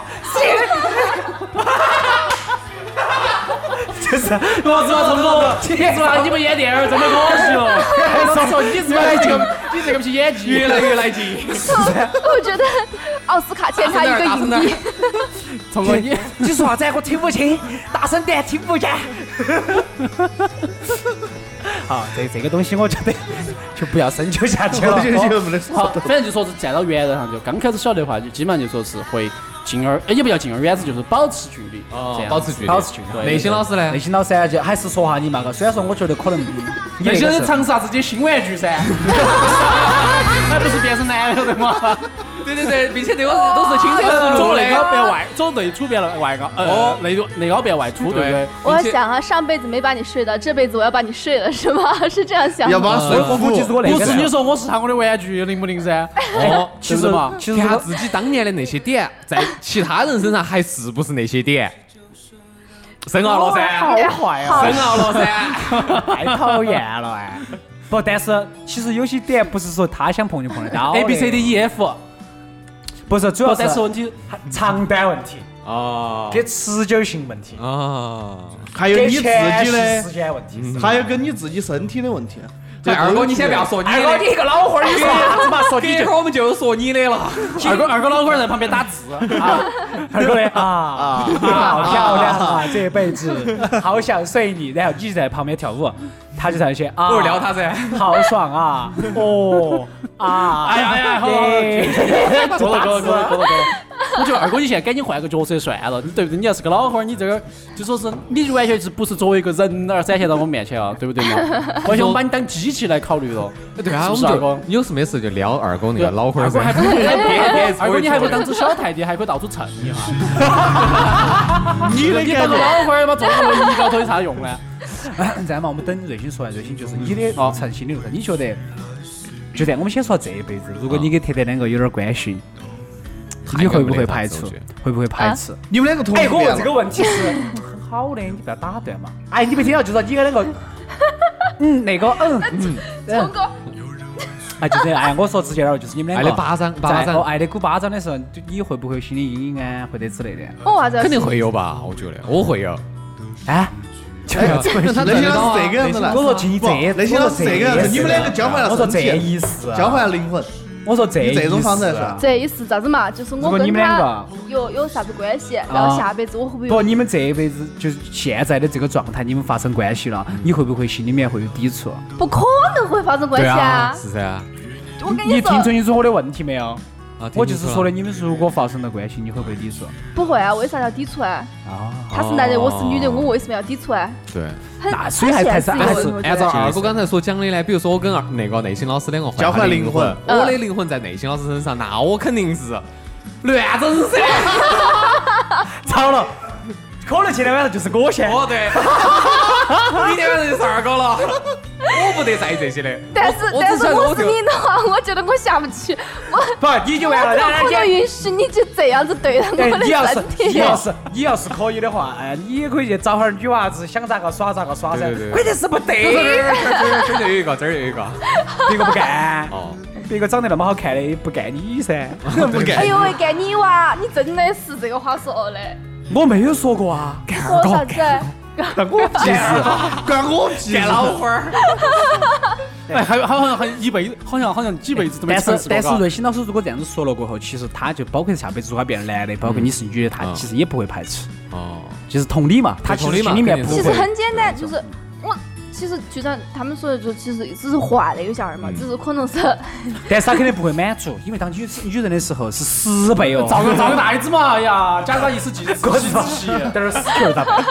[SPEAKER 2] 就是
[SPEAKER 3] 我知道聪哥，你说你们演电影儿真的可惜了。我说你这个这个你这个不是演技，越来越来劲。
[SPEAKER 4] 我觉得奥斯卡欠他一个影帝。
[SPEAKER 3] 聪哥，你
[SPEAKER 2] 你说啥子？我听不清，大声点，听不见。 好，这这个东西我觉得 就不要深究下去了哦
[SPEAKER 5] 我。 就觉得
[SPEAKER 2] 哎
[SPEAKER 5] 没得
[SPEAKER 3] 好，
[SPEAKER 5] 说。
[SPEAKER 3] 反正就说是站到原人上，就刚开始晓得的话，就基本上就说是会敬而，哎也不叫敬而远之，就是保持距离，
[SPEAKER 1] 哦
[SPEAKER 3] 这样
[SPEAKER 1] 保持距离
[SPEAKER 2] 保持距离
[SPEAKER 3] 对
[SPEAKER 1] 内心老师呢
[SPEAKER 2] 内？心老师啊，就还是说下你嘛个，虽然说我觉得可能你
[SPEAKER 3] 那
[SPEAKER 2] 那
[SPEAKER 3] 些
[SPEAKER 2] 个
[SPEAKER 3] 人
[SPEAKER 2] 是
[SPEAKER 3] 尝试下自己的新玩具噻，那不是变成男的了吗？
[SPEAKER 1] 对对对，并且对我都是亲身
[SPEAKER 3] 走内高变外，走内出变外高，哦，内内高变外出，对不对
[SPEAKER 1] 对？，
[SPEAKER 4] 我
[SPEAKER 1] 并且
[SPEAKER 4] 想啊，上辈子没把你睡到，这辈子我要把你睡了，是吗？ 是这样想
[SPEAKER 5] 要
[SPEAKER 4] 的。
[SPEAKER 5] 把睡
[SPEAKER 2] 我估计如
[SPEAKER 5] 服。
[SPEAKER 2] 果那
[SPEAKER 3] 不
[SPEAKER 2] 个
[SPEAKER 3] 是你说我是他我的玩具灵不灵噻？哦，
[SPEAKER 2] 其实
[SPEAKER 3] 其实嘛，
[SPEAKER 2] 其实
[SPEAKER 1] 看下
[SPEAKER 2] 我
[SPEAKER 1] 自己当年的那些点，在其他人身上还是不是那些点？深
[SPEAKER 2] 哦
[SPEAKER 1] 奥了噻，
[SPEAKER 2] 坏啊，
[SPEAKER 1] 深奥了噻。
[SPEAKER 2] 太讨厌了哎。不，但是其实有些点不是说他想碰就碰得到的
[SPEAKER 3] A B C D E F，
[SPEAKER 2] 不是主
[SPEAKER 3] 不
[SPEAKER 2] 要
[SPEAKER 3] 但是
[SPEAKER 2] 是
[SPEAKER 3] 问题
[SPEAKER 2] 长短问题。
[SPEAKER 1] 啊
[SPEAKER 2] 给持久性问题，
[SPEAKER 1] 啊！
[SPEAKER 5] 还有
[SPEAKER 2] 给
[SPEAKER 5] 你自
[SPEAKER 2] 前
[SPEAKER 5] 己
[SPEAKER 2] 戏时
[SPEAKER 5] 的，
[SPEAKER 2] 间问题。
[SPEAKER 5] 还有跟你自己身体的问题。
[SPEAKER 3] 哎
[SPEAKER 1] 对，二哥，你先不要说你
[SPEAKER 2] 二哥，你
[SPEAKER 1] 的，
[SPEAKER 2] 一个老花，你说啥子嘛？说你
[SPEAKER 1] 一
[SPEAKER 2] 就
[SPEAKER 1] 会儿我们就说你的了。
[SPEAKER 3] 二哥二哥脑壳儿在旁边打字，
[SPEAKER 2] 二哥的啊啊，好漂亮啊！这辈子好想睡你，然后你就在旁边跳舞，他就在那些啊，
[SPEAKER 1] 我撩他噻。
[SPEAKER 2] 好爽啊！哦啊，
[SPEAKER 3] 哎呀哎呀好
[SPEAKER 2] 耶
[SPEAKER 3] 够了够了够了够了够了。我觉得二哥，你现在赶紧换个角色算了，你对不对？你要是个老汉儿，你这个就说是你完全是不是作为一个人而展现到我们面前啊，对不对嘛？完全我们把你当机器来考虑了。
[SPEAKER 1] 对啊，
[SPEAKER 3] 是
[SPEAKER 1] 我们
[SPEAKER 3] 不是二哥
[SPEAKER 1] 就有事没事就撩二哥那个脑花儿
[SPEAKER 3] 二哥还
[SPEAKER 1] 噻。
[SPEAKER 3] 不如在 别别，二哥你还不
[SPEAKER 1] 不
[SPEAKER 3] 如当只小泰迪，还可以到处 蹭一下。
[SPEAKER 5] 你的
[SPEAKER 3] 你当
[SPEAKER 5] 感
[SPEAKER 3] 个
[SPEAKER 5] 觉，
[SPEAKER 3] 老汉儿嘛，坐在那一高头有啥用啊呢？
[SPEAKER 2] 这样嘛，我们等瑞鑫说完，瑞鑫就是你的哦，诚心的路上，你觉得？就这样，我们先说这一辈子。如果你跟特特两个有点关系，你会不会排除？会不会排除？
[SPEAKER 5] 你们两个同
[SPEAKER 2] 哎，
[SPEAKER 5] 时
[SPEAKER 2] 我问
[SPEAKER 5] 变
[SPEAKER 2] 这个
[SPEAKER 5] 了。
[SPEAKER 2] 问题是很好的，你不要打断嘛。哎，你没听到，就是你跟那个，嗯，那个，嗯嗯，嗯
[SPEAKER 4] 聪哥，
[SPEAKER 2] 哎，就这样。哎，我说直接点儿，就是你们两
[SPEAKER 1] 爱
[SPEAKER 2] 个
[SPEAKER 1] 的巴掌，巴
[SPEAKER 2] 在哦
[SPEAKER 1] 掌
[SPEAKER 2] 爱的鼓巴掌的时候，就你会不会有心理阴影啊，或者之类的？
[SPEAKER 4] 我娃子要
[SPEAKER 1] 肯定会有吧？我觉得我会有。
[SPEAKER 2] 啊，就
[SPEAKER 5] 哎
[SPEAKER 2] 这个
[SPEAKER 5] 那些老是这个样子了，
[SPEAKER 2] 我说今
[SPEAKER 5] 不
[SPEAKER 2] 这，
[SPEAKER 5] 那些
[SPEAKER 2] 我
[SPEAKER 5] 老
[SPEAKER 2] 说
[SPEAKER 5] 是这个样
[SPEAKER 2] 意
[SPEAKER 5] 子，
[SPEAKER 2] 思
[SPEAKER 5] 你们两个交换了
[SPEAKER 2] 我说
[SPEAKER 5] 身
[SPEAKER 2] 这
[SPEAKER 5] 体，
[SPEAKER 2] 意思啊，
[SPEAKER 5] 交换了灵魂，
[SPEAKER 2] 我说这啊
[SPEAKER 5] 以这种方式来啊
[SPEAKER 2] 算
[SPEAKER 5] 算。
[SPEAKER 4] 这意思咋子嘛？就是
[SPEAKER 2] 如
[SPEAKER 4] 我
[SPEAKER 2] 果你
[SPEAKER 4] 跟
[SPEAKER 2] 们两
[SPEAKER 4] 他
[SPEAKER 2] 个
[SPEAKER 4] 有有啥子关系，然
[SPEAKER 1] 啊
[SPEAKER 4] 后下辈子我会不会
[SPEAKER 2] 不，
[SPEAKER 4] 有？
[SPEAKER 2] 你们这一辈子就是现在的这个状态，你们发生关系了，你会不会心里面会有抵触？
[SPEAKER 4] 不可能会发生关
[SPEAKER 1] 对
[SPEAKER 4] 系
[SPEAKER 1] 啊，！是噻。啊，
[SPEAKER 4] 我跟
[SPEAKER 2] 你
[SPEAKER 4] 说
[SPEAKER 2] 听，清楚我的问题没有？
[SPEAKER 1] 听
[SPEAKER 2] 我就是
[SPEAKER 1] 清楚
[SPEAKER 2] 说的，
[SPEAKER 1] 了，
[SPEAKER 2] 你们如果发生了关系，你会不会抵触？
[SPEAKER 4] 不会啊，为啥要抵触啊？
[SPEAKER 2] 啊，
[SPEAKER 4] 他是男的，我是女的，我为什么要抵触啊？
[SPEAKER 1] 对。
[SPEAKER 4] 很
[SPEAKER 2] 那
[SPEAKER 4] 很
[SPEAKER 2] 所以还
[SPEAKER 4] 现
[SPEAKER 2] 还
[SPEAKER 4] 实
[SPEAKER 2] 是
[SPEAKER 4] 一
[SPEAKER 2] 还
[SPEAKER 4] 个
[SPEAKER 2] 是
[SPEAKER 4] 问题，我觉
[SPEAKER 1] 按照
[SPEAKER 4] 得。
[SPEAKER 1] 二哥刚才所讲的呢，比如说我跟二那个内心老师两个换
[SPEAKER 5] 交换
[SPEAKER 1] 他的
[SPEAKER 5] 灵
[SPEAKER 1] 魂，
[SPEAKER 4] 嗯
[SPEAKER 1] 我的灵魂在内心老师身上，那我肯定是乱整噻。
[SPEAKER 2] 糟了，可能今天晚上就是我 先
[SPEAKER 1] 哦 对，明天晚上就是二哥了，我不得在意这些的。
[SPEAKER 4] 但是
[SPEAKER 1] 我我只
[SPEAKER 4] 但是
[SPEAKER 1] 想
[SPEAKER 4] 我
[SPEAKER 1] 我
[SPEAKER 4] 是
[SPEAKER 1] 就
[SPEAKER 4] 你的话， 我觉得我下不去， 我
[SPEAKER 2] 不，你就
[SPEAKER 4] 我
[SPEAKER 2] 完了。
[SPEAKER 4] 怎么
[SPEAKER 2] 然后
[SPEAKER 4] 可能
[SPEAKER 2] 然后
[SPEAKER 4] 允许你就这样子对待我
[SPEAKER 2] 哎，你要
[SPEAKER 4] 的
[SPEAKER 2] 是
[SPEAKER 4] 身
[SPEAKER 2] 你
[SPEAKER 4] 体？
[SPEAKER 2] 要是你要是可以的话，哎，你也可以去找哈儿女娃子，想咋个耍咋个耍噻
[SPEAKER 1] 对对。对
[SPEAKER 2] 关键是不
[SPEAKER 1] 这
[SPEAKER 2] 得，
[SPEAKER 1] 儿这儿这儿这儿这儿有一个，这儿有一个。
[SPEAKER 2] 别个不干，
[SPEAKER 1] 哦，
[SPEAKER 2] 别个长得那么好看的也不干你噻。
[SPEAKER 5] 不
[SPEAKER 4] 哎
[SPEAKER 5] 干。
[SPEAKER 4] 呦喂，干你娃，你真的是这个话说的，
[SPEAKER 2] 我没有说过啊，
[SPEAKER 4] 说啥子？
[SPEAKER 2] 但我其实。
[SPEAKER 5] 关我屁事！
[SPEAKER 1] 花儿。
[SPEAKER 3] 哎，还有好像还有一辈子，好像好像几辈子都没
[SPEAKER 2] 但
[SPEAKER 3] 尝
[SPEAKER 2] 是
[SPEAKER 3] 试过。
[SPEAKER 2] 但是
[SPEAKER 3] 嘎
[SPEAKER 2] 瑞鑫老师如果这样子说了过后，其实他就包括下辈子如果他变成男的，包括你是女的，他
[SPEAKER 1] 嗯
[SPEAKER 2] 其实也不会排斥，
[SPEAKER 1] 哦，
[SPEAKER 2] 就是同理嘛，他其
[SPEAKER 1] 同
[SPEAKER 2] 实
[SPEAKER 1] 理嘛
[SPEAKER 2] 心里面
[SPEAKER 1] 肯定
[SPEAKER 2] 不
[SPEAKER 1] 是
[SPEAKER 4] 其
[SPEAKER 2] 会
[SPEAKER 4] 实很简单，就是我其实就像他们说的，就其实只是换了一下儿
[SPEAKER 2] 嗯
[SPEAKER 4] 嘛，只是可能是
[SPEAKER 2] 但是他肯定不会满足，因为当女女人的时候是十 倍哦，
[SPEAKER 3] 造个造个袋子嘛，哎呀，加上一 丝记仔细 仔细，
[SPEAKER 2] 在这儿死球咋 办？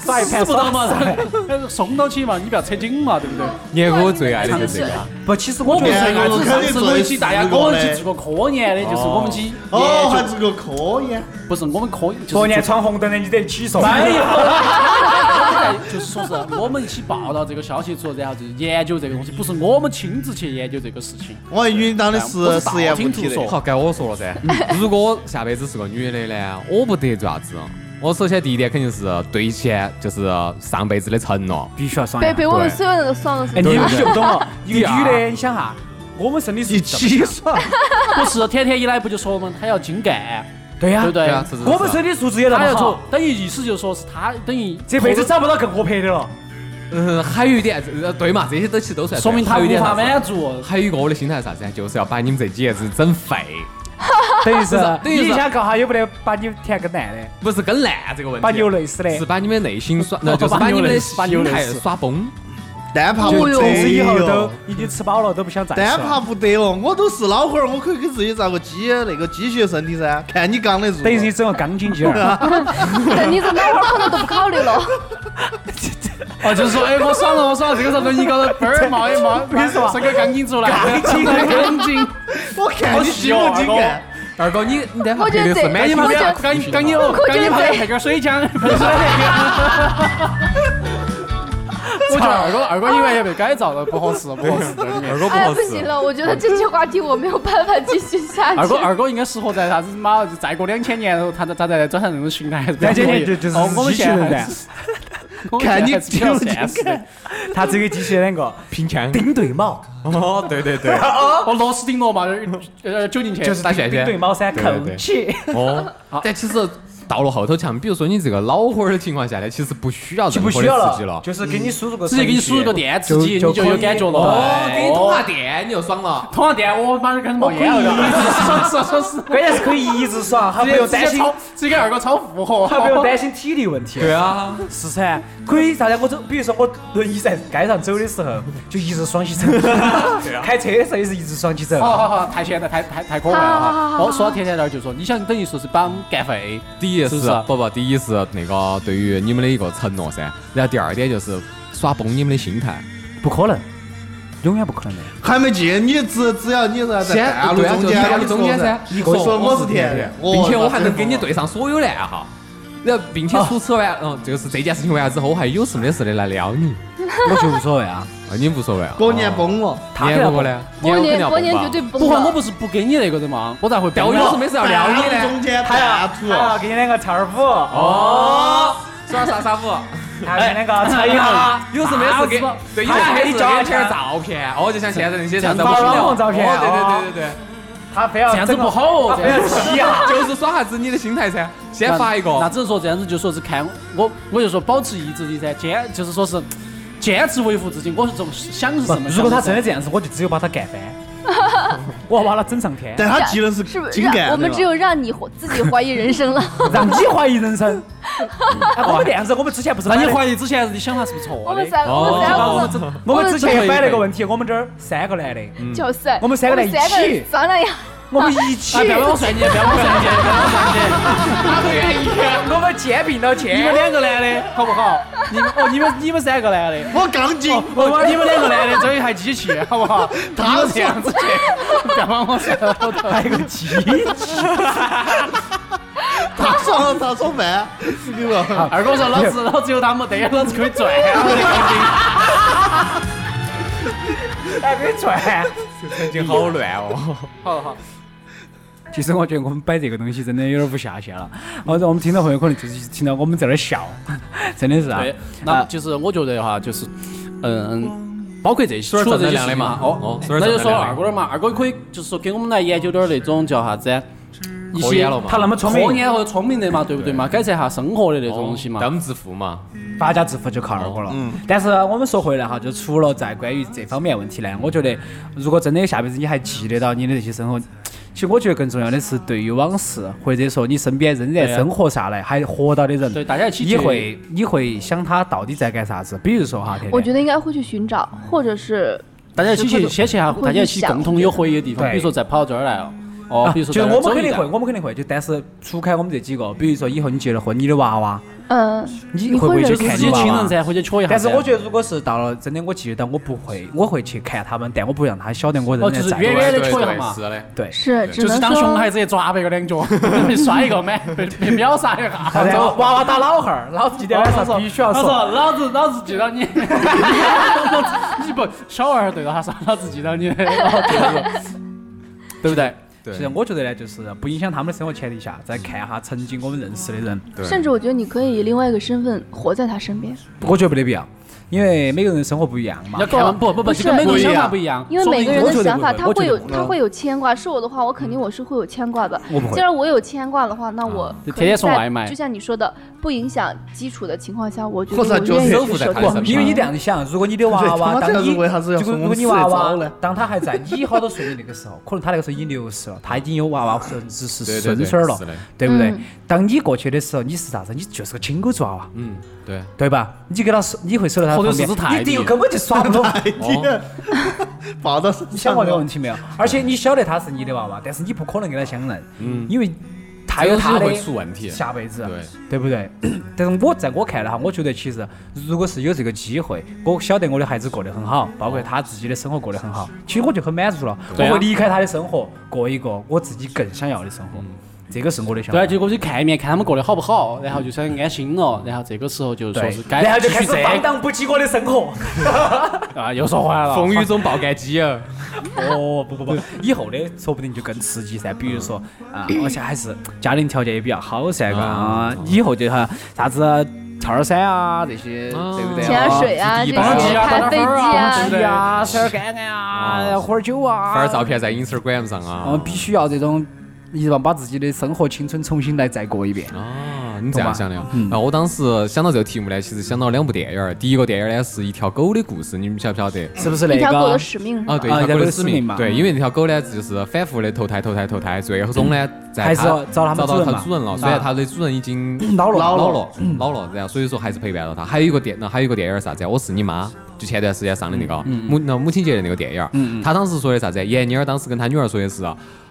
[SPEAKER 2] 耍一盘
[SPEAKER 3] 死不
[SPEAKER 2] 耍
[SPEAKER 3] 到嘛
[SPEAKER 2] 死，
[SPEAKER 3] 松到起嘛，你不要扯紧嘛，对不对？
[SPEAKER 1] 年哥我最爱的就是这个。
[SPEAKER 2] 不，其实
[SPEAKER 3] 我
[SPEAKER 2] 我
[SPEAKER 3] 不
[SPEAKER 2] 觉
[SPEAKER 3] 是
[SPEAKER 2] 得
[SPEAKER 5] 哎
[SPEAKER 3] 爱子，上次我们一起大家我们去做个科研的，就是我们去
[SPEAKER 5] 哦，
[SPEAKER 3] 研
[SPEAKER 5] 还
[SPEAKER 3] 究，
[SPEAKER 5] 是个科研，
[SPEAKER 3] 不是我们科研，就是
[SPEAKER 2] 昨 年闯红灯的你得起诉。
[SPEAKER 3] 没 有，哎就是说是我们一起报道这个消息说，然后就是研究这个东西，不是我们亲自去研究这个事情。
[SPEAKER 5] 我以为你当的
[SPEAKER 3] 我
[SPEAKER 5] 是
[SPEAKER 3] 是道
[SPEAKER 5] 实验物
[SPEAKER 3] 听
[SPEAKER 5] 体
[SPEAKER 3] 途
[SPEAKER 5] 的
[SPEAKER 3] 说。
[SPEAKER 1] 好，该我说了 噻。如果我下辈子是个女的呢，我不得做啥子？哦我首先第一点肯定是兑现，就是上辈子的承诺。
[SPEAKER 2] 必须要爽
[SPEAKER 4] 被
[SPEAKER 2] 哎呀。
[SPEAKER 4] 被我们所有人都爽了
[SPEAKER 2] 哎，
[SPEAKER 4] 是
[SPEAKER 2] 你
[SPEAKER 4] 吗？
[SPEAKER 2] 们就不懂啊了，一个
[SPEAKER 1] 第二
[SPEAKER 2] 女的， 你想哈，我们生理是
[SPEAKER 5] 一起耍，
[SPEAKER 3] 不是天天一来不就说嘛，他要精干，
[SPEAKER 2] 对呀
[SPEAKER 3] 对不，
[SPEAKER 1] 对
[SPEAKER 3] 对？
[SPEAKER 1] 啊，是是是
[SPEAKER 2] 我们身体素质也那
[SPEAKER 3] 他
[SPEAKER 2] 么
[SPEAKER 3] 要做
[SPEAKER 2] 好，，
[SPEAKER 3] 等于意思就说是他等于
[SPEAKER 2] 这辈子找不到更合拍的 了。
[SPEAKER 1] 嗯，还有一点，呃对嘛，这些都其实都算对。
[SPEAKER 3] 说明他
[SPEAKER 1] 还有一
[SPEAKER 3] 无
[SPEAKER 1] 点
[SPEAKER 3] 法啊
[SPEAKER 1] 啥
[SPEAKER 3] 满
[SPEAKER 1] 子？
[SPEAKER 3] 足。哦
[SPEAKER 1] 还有一个我的心态是啥子？就是要把你们这几爷子整废，
[SPEAKER 2] 等于是
[SPEAKER 1] 等于是
[SPEAKER 2] 你想搞哈，有没得把你填个男 的，
[SPEAKER 1] 不是跟烂这个问题，啊
[SPEAKER 2] 把牛累死的？
[SPEAKER 1] 是把你们内心耍，那就是把你们的
[SPEAKER 3] 把牛
[SPEAKER 1] 心
[SPEAKER 3] 累
[SPEAKER 1] 态
[SPEAKER 3] 死
[SPEAKER 1] 耍崩。
[SPEAKER 5] 但怕
[SPEAKER 2] 就
[SPEAKER 1] 哎
[SPEAKER 5] 不
[SPEAKER 2] 从此
[SPEAKER 5] 得
[SPEAKER 2] 以后都
[SPEAKER 5] 哟，
[SPEAKER 2] 已经吃饱了，都不想再吃
[SPEAKER 5] 但怕
[SPEAKER 2] 了。
[SPEAKER 5] 不得哦。我都是老汉儿，我可以给自己造个机那个机械身体噻，看你刚得住。
[SPEAKER 2] 等于是你整个钢筋 筋儿，
[SPEAKER 4] 但你这脑花可能都不考虑了，
[SPEAKER 3] 哦，就是说，哎，我爽了，我爽了，这个时候一高头嘣儿冒一冒，
[SPEAKER 2] 跟你说嘛
[SPEAKER 3] 伸个钢筋出来，
[SPEAKER 2] 钢筋
[SPEAKER 3] 钢筋，
[SPEAKER 5] 我看你精不精干？
[SPEAKER 1] 二哥，你你在旁
[SPEAKER 4] 我觉
[SPEAKER 1] 边
[SPEAKER 4] 得
[SPEAKER 1] 是
[SPEAKER 4] 这
[SPEAKER 1] 满心
[SPEAKER 4] 我
[SPEAKER 1] 满
[SPEAKER 4] 觉得
[SPEAKER 1] 眼
[SPEAKER 3] 钢筋钢筋哦，
[SPEAKER 4] 我
[SPEAKER 3] 钢
[SPEAKER 4] 觉
[SPEAKER 3] 筋
[SPEAKER 4] 得
[SPEAKER 3] 旁边
[SPEAKER 4] 这
[SPEAKER 3] 配个水枪，喷出来。我觉得二哥，二哥你完全被改造了，不合适，不合适。这里面
[SPEAKER 1] 二哥不
[SPEAKER 4] 哎呀
[SPEAKER 1] 合
[SPEAKER 4] 不行
[SPEAKER 1] 适。
[SPEAKER 4] 了，我觉得这期话题我没有办法继续下去。
[SPEAKER 3] 二哥， 二哥应该适合在啥子？妈，再过两千年，然后他他再转成那种形态，还是比较
[SPEAKER 2] 两千年
[SPEAKER 3] 可以
[SPEAKER 2] 就就是
[SPEAKER 3] 哦，我们
[SPEAKER 2] 机器
[SPEAKER 3] 现在
[SPEAKER 2] 人
[SPEAKER 3] 还是，我们现在还是比较现实的。
[SPEAKER 2] 他只给机器人两个
[SPEAKER 1] 拼枪。
[SPEAKER 2] 顶对卯，
[SPEAKER 1] 哦，对对对。
[SPEAKER 3] 哦，螺丝钉落嘛，呃，呃揪进去，
[SPEAKER 2] 嗯就是
[SPEAKER 1] 打旋
[SPEAKER 2] 顶
[SPEAKER 1] 旋
[SPEAKER 2] 对卯 噻，
[SPEAKER 1] 对对
[SPEAKER 2] 扣
[SPEAKER 1] 对
[SPEAKER 2] 起。
[SPEAKER 1] 哦，但其实到了后头强，比如说你这个恼火的情况下呢，其实不需要
[SPEAKER 2] 就
[SPEAKER 1] 任
[SPEAKER 2] 不
[SPEAKER 1] 何
[SPEAKER 2] 需要
[SPEAKER 1] 的刺激
[SPEAKER 2] 了，
[SPEAKER 1] 了。
[SPEAKER 2] 就是给你输入个
[SPEAKER 3] 直接给你
[SPEAKER 2] 程序
[SPEAKER 3] 输入个电刺激，你
[SPEAKER 2] 就
[SPEAKER 3] 就
[SPEAKER 2] 就可
[SPEAKER 3] 有
[SPEAKER 2] 以
[SPEAKER 3] 感觉了。
[SPEAKER 2] 哦
[SPEAKER 1] 给你通下电，你就爽了。
[SPEAKER 3] 通上电，我马上开始冒烟了。是是是是，
[SPEAKER 2] 关键是可以一直爽，还不用担
[SPEAKER 3] 直接
[SPEAKER 2] 心，
[SPEAKER 3] 超，直接给二哥超负荷。
[SPEAKER 2] 还不用担心体力问题。
[SPEAKER 1] 对啊，
[SPEAKER 2] 是噻，可以啥子？我走，比如说我轮椅在街上走的时候，就一直爽起走；开车的时候也是一直爽起走。
[SPEAKER 3] 好好好，太闲了，太太太可怕了
[SPEAKER 4] 好好
[SPEAKER 3] 哈！
[SPEAKER 4] 好
[SPEAKER 3] 哦，说到甜甜点儿，就说你想等于说是把我们干废，
[SPEAKER 1] 第一
[SPEAKER 3] 是
[SPEAKER 1] 是
[SPEAKER 3] 不是啊
[SPEAKER 1] 不不，第一是那个对于你们的一个承诺噻，然后第二点就是耍崩你们的心态。
[SPEAKER 2] 不可能，永远不可能的。
[SPEAKER 5] 还没进，你只只要你在
[SPEAKER 1] 先
[SPEAKER 5] 半路
[SPEAKER 1] 对啊，
[SPEAKER 5] 中
[SPEAKER 1] 就
[SPEAKER 5] 间，
[SPEAKER 1] 半路中间噻，
[SPEAKER 5] 你说说我是甜的，
[SPEAKER 1] 并且我还能给你
[SPEAKER 5] 对。
[SPEAKER 1] 对上所有的爱好。然后，并且除此完，
[SPEAKER 2] 啊
[SPEAKER 1] 嗯，就是这件事情完了之后，我还有事没得事的来撩你，
[SPEAKER 2] 我就无所谓啊。
[SPEAKER 1] 啊，你无所谓啊。
[SPEAKER 5] 过年崩了，
[SPEAKER 1] 哦，
[SPEAKER 2] 他
[SPEAKER 1] 年
[SPEAKER 2] 要
[SPEAKER 1] 过呢？
[SPEAKER 4] 过
[SPEAKER 1] 肯定
[SPEAKER 4] 年
[SPEAKER 1] 要
[SPEAKER 4] 过
[SPEAKER 1] 崩
[SPEAKER 4] 年
[SPEAKER 1] 吧
[SPEAKER 4] 绝对崩
[SPEAKER 3] 不会，我
[SPEAKER 4] 了。
[SPEAKER 3] 不是不给你那个的嘛，我咋会
[SPEAKER 1] 但
[SPEAKER 3] 崩
[SPEAKER 1] 我有事
[SPEAKER 3] 了？
[SPEAKER 1] 没事要撩你
[SPEAKER 5] 半路
[SPEAKER 1] 呢
[SPEAKER 5] 中。间啊
[SPEAKER 2] 他要
[SPEAKER 5] 弹
[SPEAKER 2] 他要
[SPEAKER 5] 出，
[SPEAKER 2] 给你两个跳舞，哦，
[SPEAKER 1] 哦，耍啥啥舞？
[SPEAKER 2] 还要给你两个踩一下，
[SPEAKER 1] 有事没事给
[SPEAKER 3] 啊，
[SPEAKER 1] 对，有
[SPEAKER 2] 还
[SPEAKER 1] 事
[SPEAKER 2] 要
[SPEAKER 1] 没事
[SPEAKER 2] 给你
[SPEAKER 1] 给
[SPEAKER 2] 照
[SPEAKER 1] 你
[SPEAKER 2] 一
[SPEAKER 1] 点
[SPEAKER 2] 下
[SPEAKER 1] 照片。哦，就像现在那些啥子
[SPEAKER 2] 发网红照片
[SPEAKER 1] 哦
[SPEAKER 2] 哦
[SPEAKER 1] 对对对对对。
[SPEAKER 2] 他非要
[SPEAKER 3] 这样子
[SPEAKER 2] 呃整个
[SPEAKER 3] 不好
[SPEAKER 2] 他非要 洗下。
[SPEAKER 1] 就是耍啥子你的心态噻，先发一
[SPEAKER 3] 那
[SPEAKER 1] 个。
[SPEAKER 3] 只是说这样子，就说是看我，我就说保持意志力噻，坚就是说是坚持维护自己。我是这么想是什么？
[SPEAKER 2] 如果他真的
[SPEAKER 3] 的
[SPEAKER 2] 这样子，我就只有把他干翻，我要把他整上天，
[SPEAKER 5] 但他技能是
[SPEAKER 4] 是不是
[SPEAKER 5] 精
[SPEAKER 4] 让
[SPEAKER 5] 干
[SPEAKER 4] 我们只有让你自己怀疑 人生了？
[SPEAKER 2] 让你怀疑人生。哎，我们这样子，我们之前不是
[SPEAKER 3] 那
[SPEAKER 2] 买
[SPEAKER 3] 你
[SPEAKER 2] 了
[SPEAKER 3] 怀疑之前你想法是不是
[SPEAKER 4] 我
[SPEAKER 3] 错的
[SPEAKER 4] 们？三个，我们
[SPEAKER 1] 哦
[SPEAKER 4] 三个，
[SPEAKER 1] 我
[SPEAKER 4] 我
[SPEAKER 1] 们
[SPEAKER 4] 们
[SPEAKER 2] 我们之前也摆了
[SPEAKER 1] 这
[SPEAKER 2] 个问题，我们这儿三个男的，
[SPEAKER 4] 就三，
[SPEAKER 2] 我们三个人一起
[SPEAKER 4] 人商量一下，
[SPEAKER 2] 我们一起
[SPEAKER 3] 哎，，不要我算计，不要我算计，不要我算计。
[SPEAKER 2] 我哎们肩并到肩，
[SPEAKER 3] 你们两个男的好不好？你们哦，你们你们三个男的。
[SPEAKER 5] 我刚进，
[SPEAKER 1] 哦
[SPEAKER 3] 我把你们两个男的整一台机器，好不好？ 他们这样子去，干嘛我说
[SPEAKER 2] 还有个机器。
[SPEAKER 5] 他爽了，他爽翻，啊你说。
[SPEAKER 3] 二哥说老子老子有他没得，老子可以赚。
[SPEAKER 2] 还没转。
[SPEAKER 1] 已经好乱哦。
[SPEAKER 3] 好好，
[SPEAKER 2] 其实我觉得我们摆这个东西真的有点无下限了。我我们听到朋友可能就是听到我们在那儿笑， 真的是啊。
[SPEAKER 3] 对，那就是我觉得哈，就是嗯，包括这些，除了这些事情哈哦，那就说二哥的嘛，二哥可以就是说给我们来研究点儿那种叫啥子，一
[SPEAKER 1] 科
[SPEAKER 3] 些
[SPEAKER 1] 研了嘛
[SPEAKER 2] 他那么聪
[SPEAKER 3] 科
[SPEAKER 2] 明，
[SPEAKER 3] 研或者聪明的嘛，对不对嘛？改善下生活的那种东西嘛。
[SPEAKER 1] 当致富嘛，
[SPEAKER 2] 发家致富就靠二哥了。但是我们说回来哈，就除了在关于这方面问题呢，我觉得如果真的下辈子你还记得到你的这些生活，其实我觉得更重要的是对于往事，或者说你身边仍然
[SPEAKER 3] 对啊
[SPEAKER 2] 生活下来还活到的人，
[SPEAKER 3] 对大家一起
[SPEAKER 2] 你
[SPEAKER 3] 去
[SPEAKER 2] 会你会想他到底在干啥子？比如说哈，天
[SPEAKER 4] 我
[SPEAKER 2] 天
[SPEAKER 4] 觉得应该会去寻找，或者是
[SPEAKER 3] 大家一起去，先去下，大家一起共同有回忆的地方，
[SPEAKER 2] 对
[SPEAKER 3] 比如说再跑到这儿来哦，哦
[SPEAKER 2] 啊，
[SPEAKER 3] 比如说
[SPEAKER 2] 就是
[SPEAKER 3] 在这儿
[SPEAKER 2] 我们肯定
[SPEAKER 3] 走
[SPEAKER 2] 会，
[SPEAKER 3] 一趟
[SPEAKER 2] 我们肯定会，就但是除开我们这几个，比如说以后你结了婚，你的娃娃，
[SPEAKER 4] 嗯，
[SPEAKER 2] 你
[SPEAKER 4] 你
[SPEAKER 2] 会不会
[SPEAKER 4] 会
[SPEAKER 2] 去
[SPEAKER 4] 忍
[SPEAKER 3] 就是
[SPEAKER 2] 看
[SPEAKER 3] 自
[SPEAKER 2] 你
[SPEAKER 3] 己
[SPEAKER 2] 娃娃
[SPEAKER 3] 亲人噻，回去瞧一下噻。
[SPEAKER 2] 但是我觉得，如果是到了真的我记得到，我不会，我会去看他们，但我不会让他晓得我仍
[SPEAKER 3] 哦
[SPEAKER 2] 然
[SPEAKER 3] 就是
[SPEAKER 2] 在。
[SPEAKER 3] 远远
[SPEAKER 1] 对
[SPEAKER 3] 的
[SPEAKER 1] 对
[SPEAKER 3] 戳一下
[SPEAKER 1] 对
[SPEAKER 3] 嘛
[SPEAKER 1] 是的。
[SPEAKER 2] 对，
[SPEAKER 4] 是只
[SPEAKER 3] 就
[SPEAKER 4] 能
[SPEAKER 3] 是当
[SPEAKER 4] 说
[SPEAKER 3] 熊孩子抓别个 两脚，被摔一个满，被被秒杀一下。
[SPEAKER 2] 啥子啊娃娃打老汉哦儿，老子今天晚上必须要
[SPEAKER 3] 他
[SPEAKER 2] 说。
[SPEAKER 3] 说：“老子老子记到你， 老子你不小娃儿对着他说老子记 到你，对不对？
[SPEAKER 1] 对
[SPEAKER 2] 其实我觉得呢，就是不影响他们的生活前提下，再看一下曾经我们认识的人，
[SPEAKER 1] 对
[SPEAKER 4] 甚至我觉得你可以以另外一个身份活在他身边，
[SPEAKER 2] 我觉得没得必要，因为每个人生活不一样嘛
[SPEAKER 3] 要。看不不不，
[SPEAKER 4] 不是
[SPEAKER 3] 这个每个人
[SPEAKER 5] 不一
[SPEAKER 3] 想法
[SPEAKER 5] 样
[SPEAKER 3] 不一样，
[SPEAKER 4] 因为
[SPEAKER 3] 说不
[SPEAKER 4] 每个
[SPEAKER 3] 定
[SPEAKER 4] 人
[SPEAKER 2] 我觉
[SPEAKER 4] 的
[SPEAKER 2] 得
[SPEAKER 4] 想
[SPEAKER 2] 不
[SPEAKER 4] 法
[SPEAKER 2] 会
[SPEAKER 4] 他
[SPEAKER 2] 我觉
[SPEAKER 4] 会
[SPEAKER 2] 得
[SPEAKER 4] 有
[SPEAKER 2] 不会
[SPEAKER 4] 他会有牵挂。是我的话，我肯定我是会有牵挂的。
[SPEAKER 2] 我不会
[SPEAKER 4] 既然我有牵挂的话，那我
[SPEAKER 3] 就
[SPEAKER 4] 可
[SPEAKER 3] 天天
[SPEAKER 4] 以
[SPEAKER 3] 送
[SPEAKER 4] 在
[SPEAKER 3] 外卖
[SPEAKER 4] 就像你说的，不影响基础的情况下，我觉得
[SPEAKER 5] 或者
[SPEAKER 4] 我
[SPEAKER 5] 就
[SPEAKER 4] 愿意
[SPEAKER 1] 收
[SPEAKER 4] 去
[SPEAKER 1] 服在
[SPEAKER 4] 守
[SPEAKER 1] 他
[SPEAKER 4] 护
[SPEAKER 1] 身
[SPEAKER 4] 他
[SPEAKER 1] 边
[SPEAKER 2] 因为你这样想，如果你的娃
[SPEAKER 5] 对他
[SPEAKER 2] 娃
[SPEAKER 5] 妈
[SPEAKER 2] 当
[SPEAKER 5] 这个
[SPEAKER 2] 你，
[SPEAKER 5] 是为啥子要
[SPEAKER 2] 就
[SPEAKER 5] 送
[SPEAKER 2] 如
[SPEAKER 5] 我
[SPEAKER 2] 果
[SPEAKER 5] 们
[SPEAKER 2] 你
[SPEAKER 5] 吃这
[SPEAKER 2] 娃
[SPEAKER 5] 招
[SPEAKER 2] 娃
[SPEAKER 5] 呢
[SPEAKER 2] 当他还在你好多岁的那个时候，可能他那个时候已经六十了，他已经有娃娃甚至是
[SPEAKER 1] 对对
[SPEAKER 2] 孙
[SPEAKER 1] 对
[SPEAKER 2] 孙儿了
[SPEAKER 1] 是的，
[SPEAKER 2] 对不对
[SPEAKER 4] 嗯？
[SPEAKER 2] 当你过去的时候，你是啥子？你就是个亲狗子娃娃，
[SPEAKER 1] 嗯，对。
[SPEAKER 2] 对吧？你给他说，你会守在他
[SPEAKER 3] 或者
[SPEAKER 2] 旁边
[SPEAKER 3] 是只泰，
[SPEAKER 2] 你第一
[SPEAKER 3] 迪
[SPEAKER 2] 个根本就耍不拢。
[SPEAKER 5] 哦 抱到身
[SPEAKER 2] 你想
[SPEAKER 5] 上
[SPEAKER 3] 嗯
[SPEAKER 2] 过这个问题没有？而且你晓得他是你的娃娃，但是你不可能跟他相认，
[SPEAKER 3] 嗯
[SPEAKER 2] 因为他有他
[SPEAKER 1] 这
[SPEAKER 2] 的
[SPEAKER 1] 个是会出问题
[SPEAKER 2] 下辈子，
[SPEAKER 1] 对
[SPEAKER 2] 对不对？ 但是我在我看来哈，我觉得其实如果是有这个机会，我晓得我的孩子过得很好，包括他自己的生活过得很好，其实我就很满足了。我
[SPEAKER 3] 嗯对啊
[SPEAKER 2] 会离开他的生活，过一个我自己更想要的生活，这个是我的想
[SPEAKER 3] 对
[SPEAKER 2] 法
[SPEAKER 3] 啊，。就过去看一面，看他们过得好不好，然后就想安心了，然后这个时候就说
[SPEAKER 2] 对
[SPEAKER 3] 是，该
[SPEAKER 2] 然后就
[SPEAKER 3] 继
[SPEAKER 2] 开
[SPEAKER 3] 续
[SPEAKER 2] 始
[SPEAKER 3] 这
[SPEAKER 2] 放荡不羁我的生活。
[SPEAKER 3] 啊，又说回来了，
[SPEAKER 1] 风雨中爆干鸡哦，
[SPEAKER 2] 哦，不不不， 以后的说不定就更刺激噻。比如说啊，
[SPEAKER 1] 嗯
[SPEAKER 2] 而且还是家庭条件也比较好噻，嘎啊，以后就哈啥子跳儿伞啊这些，
[SPEAKER 1] 啊
[SPEAKER 2] 对不对？
[SPEAKER 4] 潜
[SPEAKER 2] 啊
[SPEAKER 4] 水啊，这
[SPEAKER 1] 地
[SPEAKER 4] 些
[SPEAKER 1] 板
[SPEAKER 3] 机啊
[SPEAKER 4] 开
[SPEAKER 3] 打
[SPEAKER 4] 飞
[SPEAKER 3] 打分
[SPEAKER 4] 机
[SPEAKER 3] 儿啊
[SPEAKER 4] 啊
[SPEAKER 3] 对不，对
[SPEAKER 2] 对呀，吃点儿干干啊，
[SPEAKER 1] 哦
[SPEAKER 2] 喝点儿酒啊，
[SPEAKER 1] 发点照片在 Instagram 上
[SPEAKER 2] 嗯，
[SPEAKER 1] 啊，
[SPEAKER 2] 必须要这种一望把自己的生活青春重新来再过一遍。
[SPEAKER 1] 啊，你这样想的呀？然后我当时想到这个题目呢，其实想到两部电影儿。第一个电影儿呢是一条狗的故事，你们晓不晓得？
[SPEAKER 2] 是不是
[SPEAKER 4] 一
[SPEAKER 2] 那
[SPEAKER 4] 条狗
[SPEAKER 2] 个
[SPEAKER 4] 的？使命是吧？
[SPEAKER 1] 啊，对，
[SPEAKER 2] 啊
[SPEAKER 1] 一条
[SPEAKER 2] 一条
[SPEAKER 1] 狗
[SPEAKER 2] 狗
[SPEAKER 1] 的
[SPEAKER 2] 的
[SPEAKER 1] 使
[SPEAKER 2] 使命
[SPEAKER 1] 命
[SPEAKER 2] 嘛
[SPEAKER 1] 对，因为那条狗呢，就是反复的投胎、投胎、投胎，最后终呢，在
[SPEAKER 2] 还
[SPEAKER 1] 它
[SPEAKER 2] 是要找它们
[SPEAKER 1] 找
[SPEAKER 2] 主
[SPEAKER 1] 到
[SPEAKER 2] 人
[SPEAKER 1] 它
[SPEAKER 2] 嘛
[SPEAKER 1] 主人了。虽然它的主人已经
[SPEAKER 2] 啊老了嗯
[SPEAKER 1] 老
[SPEAKER 2] 老
[SPEAKER 1] 了，老了，然后所以说还是陪伴了它。还有一个电，那还有一个电影儿是啥子呀？我是你妈。就前段时间上的那
[SPEAKER 2] 嗯
[SPEAKER 1] 个母那母亲节的那个电影儿，他当时说的啥子？闫妮儿当时跟他女儿说的是，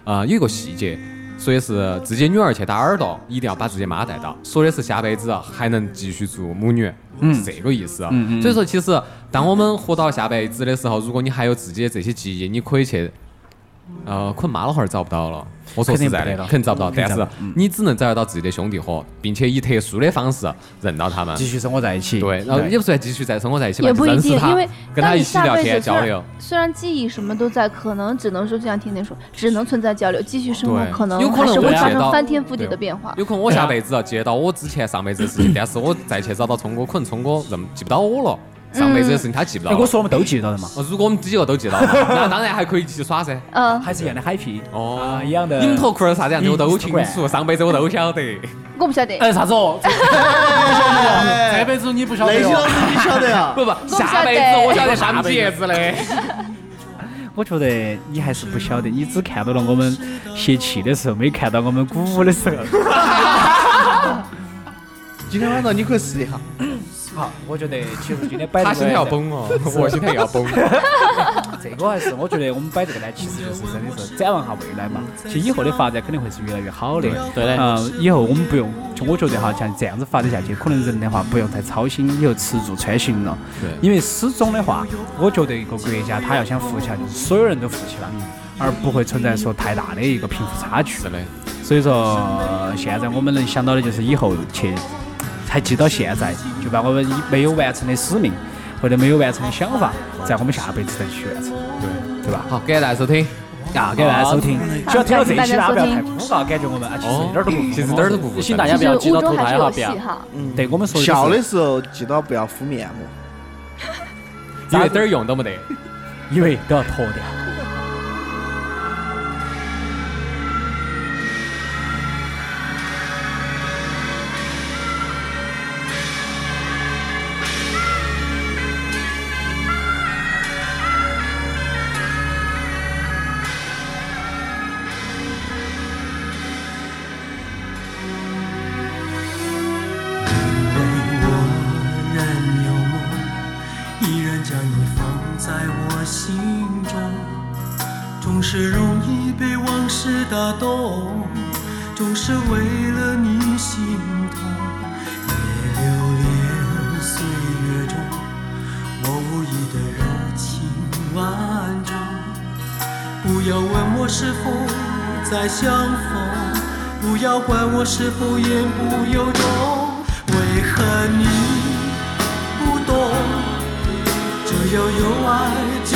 [SPEAKER 1] 呃，有一个细节，说的是自己女儿去打耳洞，一定要把自己妈带到，说的是下辈子还能继续做母女，
[SPEAKER 2] 嗯
[SPEAKER 1] 是这个意思。啊所以说，其实当我们活到下辈子的时候，如果你还有自己的这些记忆，你可以去。呃，可能妈老汉儿找不到了，我说实在
[SPEAKER 2] 肯定不
[SPEAKER 1] 的
[SPEAKER 2] 得，了
[SPEAKER 1] 肯定找不到。
[SPEAKER 2] 肯定
[SPEAKER 1] 但
[SPEAKER 2] 找不
[SPEAKER 1] 是
[SPEAKER 2] 到
[SPEAKER 1] 你只能找得嗯到自己的兄弟伙，并且以特殊的方式认到他们。
[SPEAKER 2] 继续生活在一起。
[SPEAKER 1] 对，然后也不算继续再生活在一起吧，
[SPEAKER 4] 也不
[SPEAKER 1] 就
[SPEAKER 4] 一
[SPEAKER 1] 认识
[SPEAKER 4] 定，
[SPEAKER 1] 他
[SPEAKER 4] 因为
[SPEAKER 1] 跟
[SPEAKER 4] 当
[SPEAKER 1] 他
[SPEAKER 4] 你
[SPEAKER 1] 一起
[SPEAKER 4] 下
[SPEAKER 1] 聊
[SPEAKER 4] 辈子
[SPEAKER 1] 天
[SPEAKER 4] 虽然
[SPEAKER 1] 交流，
[SPEAKER 4] 虽然记忆什么都在，可能只能说就像甜甜说，只能存在交流，继续生活
[SPEAKER 1] 对，
[SPEAKER 4] 可能
[SPEAKER 1] 有可
[SPEAKER 4] 还
[SPEAKER 1] 能
[SPEAKER 4] 是
[SPEAKER 1] 我
[SPEAKER 4] 会发
[SPEAKER 1] 接到
[SPEAKER 4] 生翻天覆地
[SPEAKER 1] 对
[SPEAKER 4] 的变化。
[SPEAKER 1] 有可能我下辈子要接到我之前上辈子的事情，但是我再去找到聪哥，可能聪哥认记不到我了，上辈子的事情他记不到
[SPEAKER 2] 哎，我
[SPEAKER 1] 了。
[SPEAKER 2] 说我们都记得到的嘛，
[SPEAKER 1] 哦如果我们几个都记到了， 那当然还可以一起耍噻。
[SPEAKER 4] 嗯，
[SPEAKER 2] 还是一样的 happy。
[SPEAKER 1] 哦
[SPEAKER 2] 啊，一样的
[SPEAKER 1] 你们脱裤儿啥子样子我都 清
[SPEAKER 2] Instagram
[SPEAKER 1] 楚，上辈子我都晓得。
[SPEAKER 4] 我不晓得，
[SPEAKER 3] 哎，啥子哦？这这辈子你不晓得
[SPEAKER 5] 那些
[SPEAKER 3] 哦
[SPEAKER 5] 哎老。师你晓得啊？
[SPEAKER 1] 不不，
[SPEAKER 4] 晓得
[SPEAKER 1] 下辈子我晓得上节子嘞。
[SPEAKER 2] 我觉得你还是不晓得，你只看到了我们泄气的时候，没看到我们鼓舞的时候。
[SPEAKER 5] 今天晚上你可以试一下。
[SPEAKER 2] 好，我觉得其实今天 摆
[SPEAKER 1] 他
[SPEAKER 2] 这
[SPEAKER 1] 心
[SPEAKER 2] 个
[SPEAKER 1] 态要，崩 哦，我心态要崩。
[SPEAKER 2] 这个还是我觉得我们摆这个呢，其实就是真的是展望下未来嘛。其实以后的发展肯定会是越来越好的。
[SPEAKER 3] 对的
[SPEAKER 2] 嗯，以后我们不用，就我觉得哈，像这样子发展下去，可能人的话不用太操心以后吃住穿行了。
[SPEAKER 1] 对
[SPEAKER 2] 因为始终的话，我觉得一个国家它要想富起来，就是所有人都富起来，而不会存在说太大的一个贫富差距。
[SPEAKER 1] 是的，
[SPEAKER 2] 所以说，现在我们能想到的就是以后去，还记到现在，就把我们没有完成的使命或者没有完成的想法，在我们下辈子再去完成，对对吧？
[SPEAKER 1] 好，感谢大家收听。
[SPEAKER 2] 啊，感谢大家收听。希望听到这一期大家不要太枯燥，感觉我们啊其实一
[SPEAKER 1] 哦
[SPEAKER 2] 点儿都不枯，燥
[SPEAKER 1] 其实哪儿都不不分
[SPEAKER 3] 请大家
[SPEAKER 4] 其
[SPEAKER 3] 不
[SPEAKER 4] 实
[SPEAKER 3] 要急
[SPEAKER 4] 雾
[SPEAKER 3] 着
[SPEAKER 4] 中
[SPEAKER 3] 脱
[SPEAKER 4] 还
[SPEAKER 3] 胎
[SPEAKER 4] 是
[SPEAKER 3] 哈，
[SPEAKER 4] 有
[SPEAKER 3] 不
[SPEAKER 4] 戏
[SPEAKER 3] 要。
[SPEAKER 4] 哈。
[SPEAKER 2] 对我们说
[SPEAKER 5] 笑
[SPEAKER 2] 的
[SPEAKER 5] 的
[SPEAKER 2] 就是，
[SPEAKER 5] 时候记到不要敷面膜。
[SPEAKER 1] 因为点儿用都没得。
[SPEAKER 2] 因为都要脱掉。
[SPEAKER 6] 被我任幽默，依然将你放在我心中。总是容易被往事打动，总是为了你心痛。别留恋岁月中，我无意的柔情万种。不要问我是否再相逢，不要管我是否言不由衷。为何你不懂？只要有爱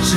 [SPEAKER 6] 只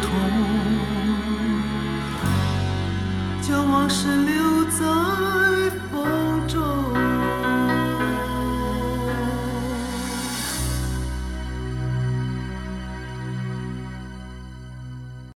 [SPEAKER 6] 痛。